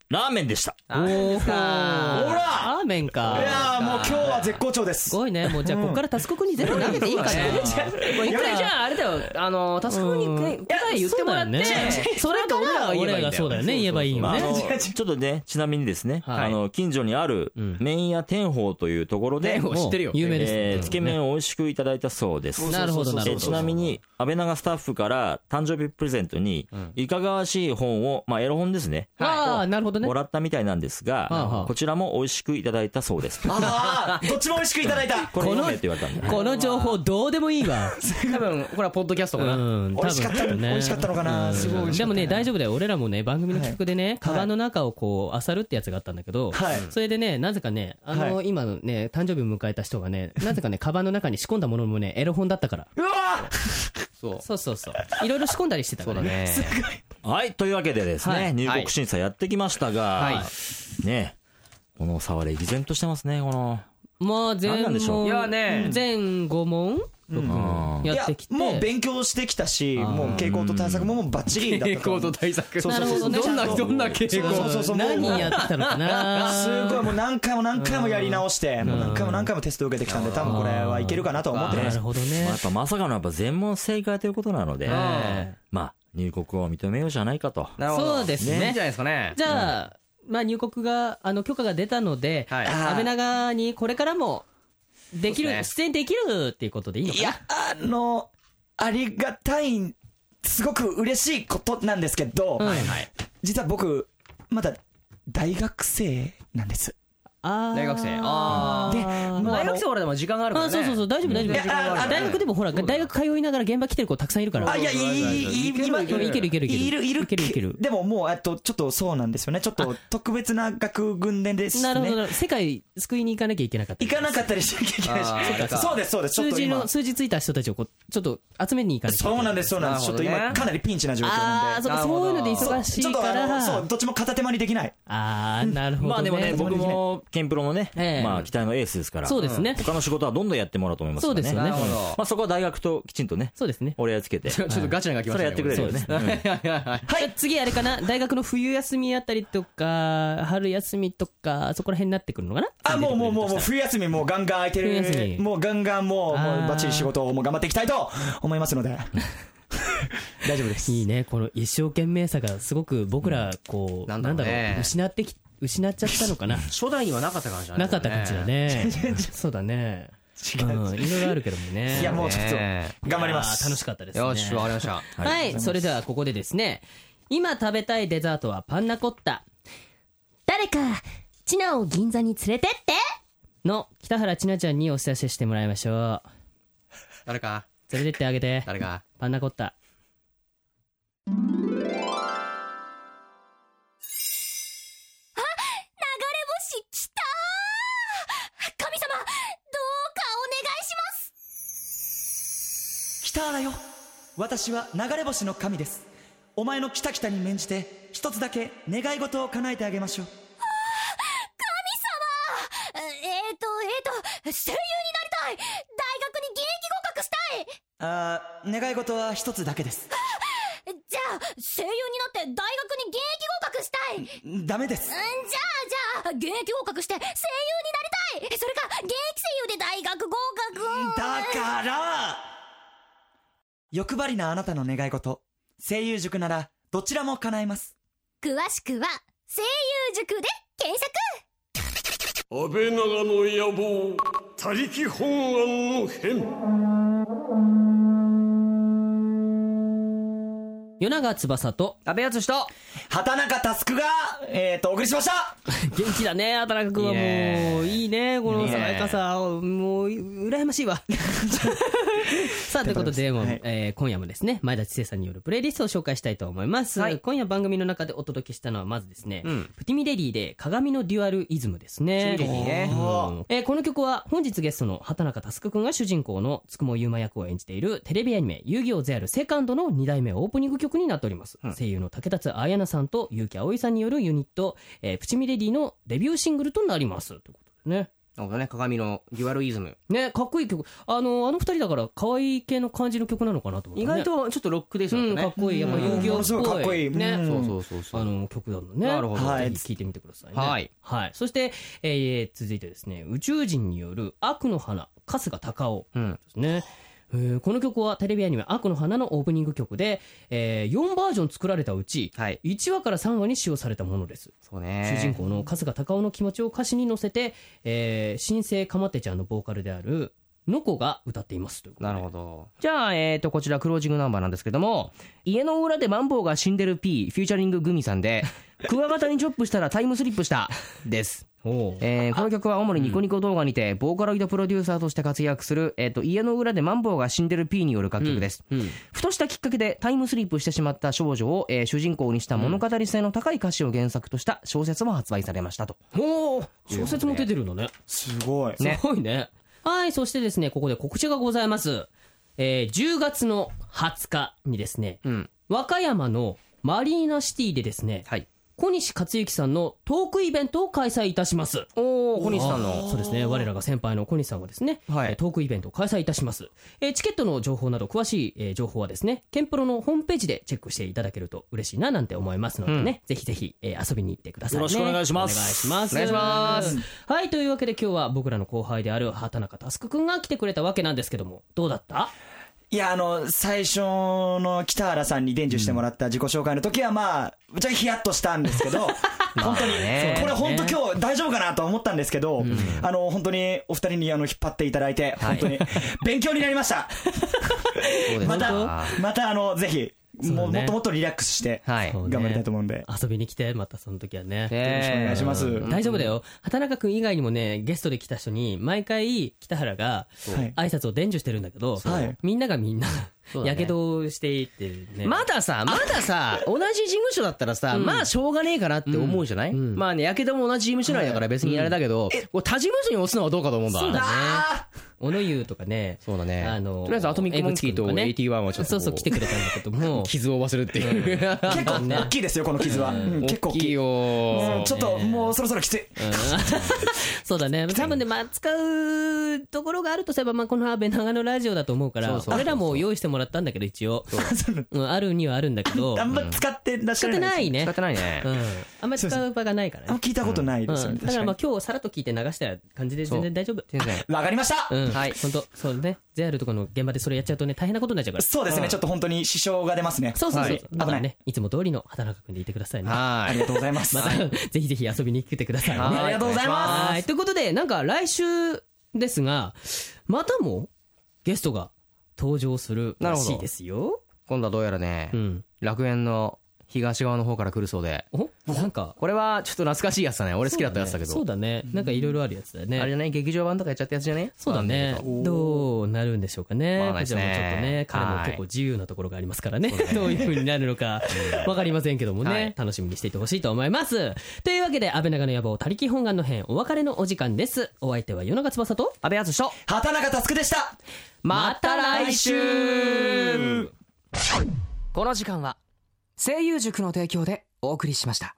[SPEAKER 6] ラーメンでした。
[SPEAKER 2] おおほ
[SPEAKER 1] ほ
[SPEAKER 5] ら
[SPEAKER 1] ラーメン
[SPEAKER 5] い
[SPEAKER 1] か。
[SPEAKER 5] やーもう今日は絶好調です
[SPEAKER 1] すごいね。もう、じゃあ、ここからタスク君に全部投げていいかな。
[SPEAKER 2] 一回じゃああれだよあのタスクに答え言ってもらって
[SPEAKER 1] それから
[SPEAKER 2] が言えばいいんだよ
[SPEAKER 1] 俺がそうだよね、言えばいい
[SPEAKER 6] まあ
[SPEAKER 1] よ
[SPEAKER 6] あの
[SPEAKER 1] ね。
[SPEAKER 6] ちょっとね、ちなみにですね、
[SPEAKER 1] はい
[SPEAKER 6] あの、近所にある、麺屋天宝というところで、
[SPEAKER 2] 天宝知ってるよ
[SPEAKER 1] 有名
[SPEAKER 6] え
[SPEAKER 1] で
[SPEAKER 6] ー
[SPEAKER 1] す
[SPEAKER 6] つ。け麺を美味しくいただいたそうです。
[SPEAKER 1] なるほど、なる
[SPEAKER 6] え
[SPEAKER 1] ほ
[SPEAKER 6] ち
[SPEAKER 1] ど。
[SPEAKER 6] なみに、安倍長スタッフから誕生日プレゼントに、いかがわしい本を、まあ、エロ本ですね。
[SPEAKER 1] ああ、なるほどね
[SPEAKER 6] も。らったみたいなんですが、
[SPEAKER 1] あはあ
[SPEAKER 6] こちらも美味しくいただいたそうです。
[SPEAKER 5] ああどっちも美味しくいただ
[SPEAKER 1] [laughs]
[SPEAKER 5] いた
[SPEAKER 6] これ
[SPEAKER 1] この
[SPEAKER 6] 読めって言われたんで。
[SPEAKER 1] この情報、どうでもいいわ。
[SPEAKER 2] [laughs] 多分これはポッドキャスト
[SPEAKER 1] う、
[SPEAKER 2] かなん
[SPEAKER 5] 美味しかった
[SPEAKER 1] 多分
[SPEAKER 5] 美味しかったのかなすごい美味し
[SPEAKER 1] で
[SPEAKER 5] かっ
[SPEAKER 1] もね大丈夫だよ俺らもね番組の企画でねカバンの中をこう漁るってやつがあったんだけど
[SPEAKER 5] はい
[SPEAKER 1] それでねなぜかねあの今のね誕生日を迎えた人がねなぜかねカバンの中に仕込んだものもねエロ本だったから
[SPEAKER 5] たうわ
[SPEAKER 2] そう
[SPEAKER 1] そうそうそういろいろ仕込んだりしてたからね
[SPEAKER 2] ね
[SPEAKER 6] はい、というわけでですね、入国審査やってきましたが、ね、この沢で毅然としてますね、この。
[SPEAKER 1] まあ
[SPEAKER 6] 何
[SPEAKER 1] 全
[SPEAKER 6] なんでしょ
[SPEAKER 1] 問
[SPEAKER 6] う
[SPEAKER 2] いやね
[SPEAKER 1] 全5問
[SPEAKER 6] ん
[SPEAKER 5] ーい
[SPEAKER 1] やっ
[SPEAKER 5] や
[SPEAKER 1] てきて
[SPEAKER 5] もう勉強してきたしもう傾向と対策ももうバッチリだったと思う
[SPEAKER 2] 対策
[SPEAKER 5] そう
[SPEAKER 1] な
[SPEAKER 5] そ
[SPEAKER 1] る
[SPEAKER 5] う
[SPEAKER 1] ほ
[SPEAKER 5] そ
[SPEAKER 1] どね
[SPEAKER 5] うどんな
[SPEAKER 6] どんな傾
[SPEAKER 5] 向そうそうそうもう
[SPEAKER 1] [laughs] 何やってきたのかな
[SPEAKER 5] すごいもう何回も何回もやり直してもう何回も何回もテスト受けてきたんで多分これはいけるか [laughs] なとは思って
[SPEAKER 1] な
[SPEAKER 5] ま
[SPEAKER 1] る
[SPEAKER 5] す
[SPEAKER 1] ほど
[SPEAKER 6] まあ
[SPEAKER 1] ね
[SPEAKER 6] やっぱまさかのやっぱ全問正解ということなので、まあ入国を認めようじゃないかと。
[SPEAKER 2] なるほど
[SPEAKER 1] そうですね
[SPEAKER 2] いいんじゃないですかね
[SPEAKER 1] [laughs] じゃあまあ入国があの許可が出たので
[SPEAKER 2] はい
[SPEAKER 1] 安倍長にこれからもできる
[SPEAKER 2] そうです
[SPEAKER 1] 出演できるっていうことでいいのか
[SPEAKER 5] い
[SPEAKER 1] な
[SPEAKER 5] やあのありがたいすごく嬉しいことなんですけど
[SPEAKER 1] うん
[SPEAKER 5] 実は僕まだ大学生なんです
[SPEAKER 1] あー
[SPEAKER 2] 大学生あ
[SPEAKER 5] で
[SPEAKER 1] あ
[SPEAKER 5] もうあ
[SPEAKER 2] 大
[SPEAKER 5] の
[SPEAKER 2] 学生俺でも時間があるから
[SPEAKER 1] あ
[SPEAKER 2] ね
[SPEAKER 1] そうそうそう大丈夫大丈
[SPEAKER 5] いやあ
[SPEAKER 1] 夫
[SPEAKER 5] あ
[SPEAKER 1] 大学でもほら大学通いながら現場来てる子たくさんいるから
[SPEAKER 5] あいやいいいいいい今
[SPEAKER 1] いけるいけるいける
[SPEAKER 5] いるいる
[SPEAKER 1] いけるいける
[SPEAKER 5] でももうえっとちょっとそうなんですよねちょっと特別な学軍でですね
[SPEAKER 1] なるほどなるほど世界救いに行かなきゃいけなかった
[SPEAKER 5] 行かなかったりしなきゃいけない
[SPEAKER 2] あー
[SPEAKER 5] しそうですそうですちょっ
[SPEAKER 1] 数
[SPEAKER 5] と
[SPEAKER 1] 字
[SPEAKER 5] 今
[SPEAKER 1] の数字ついた人たちをこうちょっと集めに行かなきゃいけ
[SPEAKER 5] そうなんですそうなんですち
[SPEAKER 2] な
[SPEAKER 5] ょ
[SPEAKER 2] る
[SPEAKER 5] っ
[SPEAKER 2] ほど
[SPEAKER 5] と
[SPEAKER 2] ね
[SPEAKER 5] 今かなりピンチな状況
[SPEAKER 1] あ
[SPEAKER 5] な
[SPEAKER 1] あ
[SPEAKER 5] ん
[SPEAKER 1] そ
[SPEAKER 5] で
[SPEAKER 1] うかそういうので忙し
[SPEAKER 5] ちょ
[SPEAKER 1] い
[SPEAKER 5] っと
[SPEAKER 1] か
[SPEAKER 5] あの
[SPEAKER 1] ら
[SPEAKER 5] そうどっちも片手間にできない
[SPEAKER 1] ああなるほど
[SPEAKER 6] まあでもね、僕も、ケンプロのね、
[SPEAKER 1] ええ
[SPEAKER 6] まあ、期待のエースですから、
[SPEAKER 1] そうですね
[SPEAKER 6] 他の仕事はどんどんやってもらうと思いますからね。
[SPEAKER 1] そうですよ
[SPEAKER 2] な
[SPEAKER 1] ね
[SPEAKER 2] るほど
[SPEAKER 6] まあ、そこは大学ときちんとね、
[SPEAKER 1] そうですね
[SPEAKER 6] 折り合いつけて。
[SPEAKER 2] ちょちょっとガチな気がし
[SPEAKER 6] それやってくれるよね。
[SPEAKER 1] はい、次あれかな大学の冬休みあたりとか春休みとかそこら辺になってくるのかな
[SPEAKER 5] あもうもうもうもう冬休みもうガンガン空いて
[SPEAKER 1] 冬休み
[SPEAKER 5] るもうガンガンもうもう
[SPEAKER 1] あー
[SPEAKER 5] バッチリ仕事をもう頑張っていきたいと思いますので大丈夫です
[SPEAKER 1] いいねこの一生懸命さがすごく僕らこう、
[SPEAKER 2] なんだ
[SPEAKER 1] なん
[SPEAKER 2] ろ
[SPEAKER 1] だろ
[SPEAKER 2] う
[SPEAKER 1] う,、
[SPEAKER 2] ね
[SPEAKER 1] 失ってき失っちゃったのかな
[SPEAKER 2] [laughs] 初代にはなかった感じだね
[SPEAKER 1] なかった感じだねそうだね
[SPEAKER 5] 違う
[SPEAKER 1] うんいろいろあるけどもね
[SPEAKER 5] いやもうちょっと
[SPEAKER 2] ね
[SPEAKER 5] 頑張ります
[SPEAKER 1] あー楽しかったですね
[SPEAKER 2] よしわかりました
[SPEAKER 1] はい、それではここでですね今食べたいデザートはパンナコッタ
[SPEAKER 7] 誰か、チナを銀座に連れてって
[SPEAKER 1] の北原千奈ちゃんにお知らせしてもらいましょう
[SPEAKER 2] [laughs] 誰か
[SPEAKER 1] 連れてってあげて
[SPEAKER 2] 誰か
[SPEAKER 1] パンナコッタ
[SPEAKER 7] 流れ星来た神様、どうかお願いします
[SPEAKER 5] 北原よ私は流れ星の神ですお前のキタキタに免じて一つだけ願い事を叶えてあげましょう
[SPEAKER 7] えーと、えーと、声優になりたい大学に現役合格したい
[SPEAKER 5] あー願い事は一つだけです
[SPEAKER 7] じゃあ、声優になって大学に現役合格したいうん、じ
[SPEAKER 5] ダメです
[SPEAKER 7] ゃあ、じゃあ、現役合格して声優になりたいそれか、現役声優で大学合格
[SPEAKER 5] だから欲張りなあなたの願い事声優塾ならどちらも叶えます
[SPEAKER 7] 詳しくは、声優塾で検索
[SPEAKER 4] 安倍長の野望他力本願の変
[SPEAKER 1] 与永翼と、
[SPEAKER 2] 安倍敦史と
[SPEAKER 5] 畑中タスクが、えー、とお送りしました
[SPEAKER 1] 元気だね、畑中君はもう、いいね、この爽やかさ、もう、羨ましい
[SPEAKER 2] [laughs]
[SPEAKER 1] わ。さあ、ということで、もう
[SPEAKER 5] はい
[SPEAKER 1] えー今夜もですね、前田知世さんによるプレイリストを紹介したいと思います。
[SPEAKER 2] はい
[SPEAKER 1] 今夜番組の中でお届けしたのは、まずですね、
[SPEAKER 2] ん
[SPEAKER 1] プティミレディで鏡のデュアルイズムですね。
[SPEAKER 2] プティミレディね
[SPEAKER 1] うんえーこの曲は、本日ゲストの畑中佑君が主人公のつくもゆうま役を演じているテレビアニメ、遊戯王ゼアルセカンドの2代目オープニング曲になっております。声優の竹達彩奈さんと結城葵さんによるユニット、えープチミレディのデビューシングルとなります。ということでね。
[SPEAKER 2] なるほどね鏡のデュアルイズム
[SPEAKER 1] ね、かっこいい曲。あの、あの二人だから、可愛い系の感じの曲なのかなと思っ
[SPEAKER 2] 意
[SPEAKER 1] たね
[SPEAKER 2] 外、とちょっとロックでしょ
[SPEAKER 1] うん、
[SPEAKER 2] ね
[SPEAKER 1] かっこいい。やっぱ遊戯
[SPEAKER 5] ものすご
[SPEAKER 1] 王
[SPEAKER 5] い
[SPEAKER 1] っぽい。
[SPEAKER 5] かっこいいうん
[SPEAKER 1] ね。
[SPEAKER 2] そうそうそうそう
[SPEAKER 1] あの曲なのね。
[SPEAKER 2] なるほ
[SPEAKER 5] ど
[SPEAKER 1] は。
[SPEAKER 5] はいい
[SPEAKER 1] ぜひ聴いてみてくださいね。
[SPEAKER 2] はい。
[SPEAKER 1] はい。そして、えー続いてですね、宇宙人による悪の花、春日隆夫
[SPEAKER 2] うん
[SPEAKER 1] ですね。えーこの曲はテレビアニメ「悪の花」のオープニング曲で、え4バージョン作られたうち、
[SPEAKER 2] はい
[SPEAKER 1] 1話から3話に使用されたものです
[SPEAKER 2] そうね
[SPEAKER 1] 主人公の春日隆夫の気持ちを歌詞に乗せて、えー、新生かまってちゃんのボーカルであるのこが歌っていますということで
[SPEAKER 2] なるほど。じゃあ、えっ、と、こちらクロージングナンバーなんですけども、家の裏でマンボウが死んでる P、フューチャリンググミさんで、 [laughs] クワガタにチョップしたらタイムスリップした、です。
[SPEAKER 1] おう
[SPEAKER 2] [laughs] えーこの曲は主にニコニコ動画にて、ボーカロイドプロデューサーとして活躍する、えっ、と、家の裏でマンボウが死んでる P による楽曲です。
[SPEAKER 1] うん
[SPEAKER 2] ふとしたきっかけでタイムスリップしてしまった少女を、えー主人公にした物語性の高い歌詞を原作とした小説も発売されましたと。
[SPEAKER 1] おー小説も出てるんだね
[SPEAKER 5] すごい
[SPEAKER 2] ね
[SPEAKER 1] すごいねはいそしてですねここで告知がございます、えー、10月の20日にですね、
[SPEAKER 2] うん
[SPEAKER 1] 和歌山のマリーナシティでですね、
[SPEAKER 2] はい
[SPEAKER 1] 小西克幸さんのトークイベントを開催いたします
[SPEAKER 2] おー、小西さんの。
[SPEAKER 1] そうですね我らが先輩の小西さんはですね、
[SPEAKER 2] はい
[SPEAKER 1] えートークイベントを開催いたします、えーチケットの情報など詳しい、えー情報はですねケンプロのホームページでチェックしていただけると嬉しいななんて思いますのでね、ぜひぜひ、えー遊びに行ってください、ね、
[SPEAKER 6] よろしくお願いします
[SPEAKER 1] お願いします
[SPEAKER 2] お願いします
[SPEAKER 1] はいというわけで今日は僕らの後輩である畑中佑くんが来てくれたわけなんですけどもどうだった
[SPEAKER 5] いや、あの、最初の北原さんに伝授してもらった自己紹介の時は、まあ、ぶっちゃけヒヤッとしたんですけど、本当に、
[SPEAKER 2] ね
[SPEAKER 5] これ本当今日大丈夫かなと思ったんですけど、あの、本当にお二人にあの、引っ張っていただいて、本当に、勉強になりました。
[SPEAKER 2] そうです
[SPEAKER 5] また
[SPEAKER 2] は、
[SPEAKER 5] またあの、ぜひ、もう
[SPEAKER 1] そうね
[SPEAKER 5] もっともっとリラックスして、
[SPEAKER 2] い。
[SPEAKER 1] そう
[SPEAKER 5] 頑
[SPEAKER 1] ね
[SPEAKER 5] 張りたいと思うんで。
[SPEAKER 1] 遊びに来てまたその時はね
[SPEAKER 2] ね
[SPEAKER 5] よろしくお願いします。
[SPEAKER 1] うん大丈夫だよ畑中君以外にもねゲストで来た人に毎回北原が
[SPEAKER 5] はい
[SPEAKER 1] [laughs] 挨拶を伝授してるんだけど、
[SPEAKER 5] はい
[SPEAKER 1] みんながみんな
[SPEAKER 2] そうだね
[SPEAKER 1] やけどをしていってるね
[SPEAKER 2] まださ、まださ、同じ事務所だったらさ、まあしょうがねえかなって思うじゃない、
[SPEAKER 1] ん
[SPEAKER 2] まあね、やけども同じ事務所内だから別にあれだけど、こう他事務所に押すのはどうかと思うんだ。そうだね。
[SPEAKER 1] 小野湯とかね
[SPEAKER 2] そうだね。
[SPEAKER 1] あの
[SPEAKER 2] とりあえずアトミックモンキーと
[SPEAKER 1] 江口君
[SPEAKER 2] 81
[SPEAKER 1] かね
[SPEAKER 2] はちょっとこ
[SPEAKER 1] そうそう来てくれたんだけど
[SPEAKER 2] [laughs]
[SPEAKER 1] も
[SPEAKER 2] 傷を負わせるっていう。
[SPEAKER 5] 結構大きいですよ、この傷は。うん結構
[SPEAKER 2] 大
[SPEAKER 5] 大
[SPEAKER 2] き
[SPEAKER 5] き
[SPEAKER 2] い
[SPEAKER 5] い。
[SPEAKER 2] よ
[SPEAKER 5] うんちょっともうそろそろきつい。
[SPEAKER 1] そうだね多分ねまあ使うところがあるとすればまあこの安倍長野ラジオだと思うから
[SPEAKER 2] そうそうそう
[SPEAKER 1] 俺らも用意してもらったんだけど一応うんあるにはあるんだけど
[SPEAKER 5] [laughs]
[SPEAKER 2] [laughs]
[SPEAKER 5] あんま使ってらっし
[SPEAKER 1] 使
[SPEAKER 5] ゃ
[SPEAKER 1] っ
[SPEAKER 5] ら
[SPEAKER 1] て
[SPEAKER 5] ない。
[SPEAKER 1] ないね
[SPEAKER 2] 使ってないね
[SPEAKER 1] う。んあんまり使う場がないから
[SPEAKER 5] あんま
[SPEAKER 1] ね
[SPEAKER 5] 聞いたことないですよ
[SPEAKER 1] うん
[SPEAKER 5] ね。
[SPEAKER 1] だからまあ
[SPEAKER 5] 確
[SPEAKER 1] 今日さらっと聞いて流した感じで全然大丈夫
[SPEAKER 2] 全然。
[SPEAKER 5] かにわかりました
[SPEAKER 1] うん、はい。本当そうね。JR とかの現場でそれやっちゃうとね、大変なことになっちゃうから。
[SPEAKER 5] そうですね、ちょっと本当に支障が出ますね。
[SPEAKER 1] そうそうそう。
[SPEAKER 5] はい
[SPEAKER 1] だから
[SPEAKER 5] 危ない。
[SPEAKER 1] ね、いつも通りの畑中くんでいてくださいね。
[SPEAKER 5] あ
[SPEAKER 2] は
[SPEAKER 5] りがとうございます。
[SPEAKER 1] [laughs] また、ぜひぜひ遊びに来てくださいね。
[SPEAKER 2] はい
[SPEAKER 5] ありがとうございます
[SPEAKER 1] はい。ということで、なんか来週ですが、またもゲストが登場するらしいですよ。
[SPEAKER 2] い。今度はどうやらね、
[SPEAKER 1] うん。
[SPEAKER 2] 楽園の東側の方から来るそうで、
[SPEAKER 1] おなんか、
[SPEAKER 2] これはちょっと懐かしいやつだね。俺好きだったやつだけど。
[SPEAKER 1] そうだね。なんかいろいろあるやつだよね。
[SPEAKER 2] あれじゃない劇場版とかやっちゃったやつじゃね
[SPEAKER 1] そうだね。どうなるんでしょうかね。
[SPEAKER 2] わかんな
[SPEAKER 1] こ
[SPEAKER 2] いで
[SPEAKER 1] ち
[SPEAKER 2] す
[SPEAKER 1] ら
[SPEAKER 2] ね
[SPEAKER 1] もちょっとね、彼も結構自由なところがありますからね。どういう風になるのか、わかりませんけどもね、
[SPEAKER 2] はい
[SPEAKER 1] 楽しみにしていてほしいと思います。というわけで、安倍長の野望、他力本願の編、お別れのお時間です。お相手は、夜中翼と、
[SPEAKER 2] 安倍淳と、
[SPEAKER 5] 畑中佑でした
[SPEAKER 1] また来週
[SPEAKER 2] この時間は声優塾の提供でお送りしました。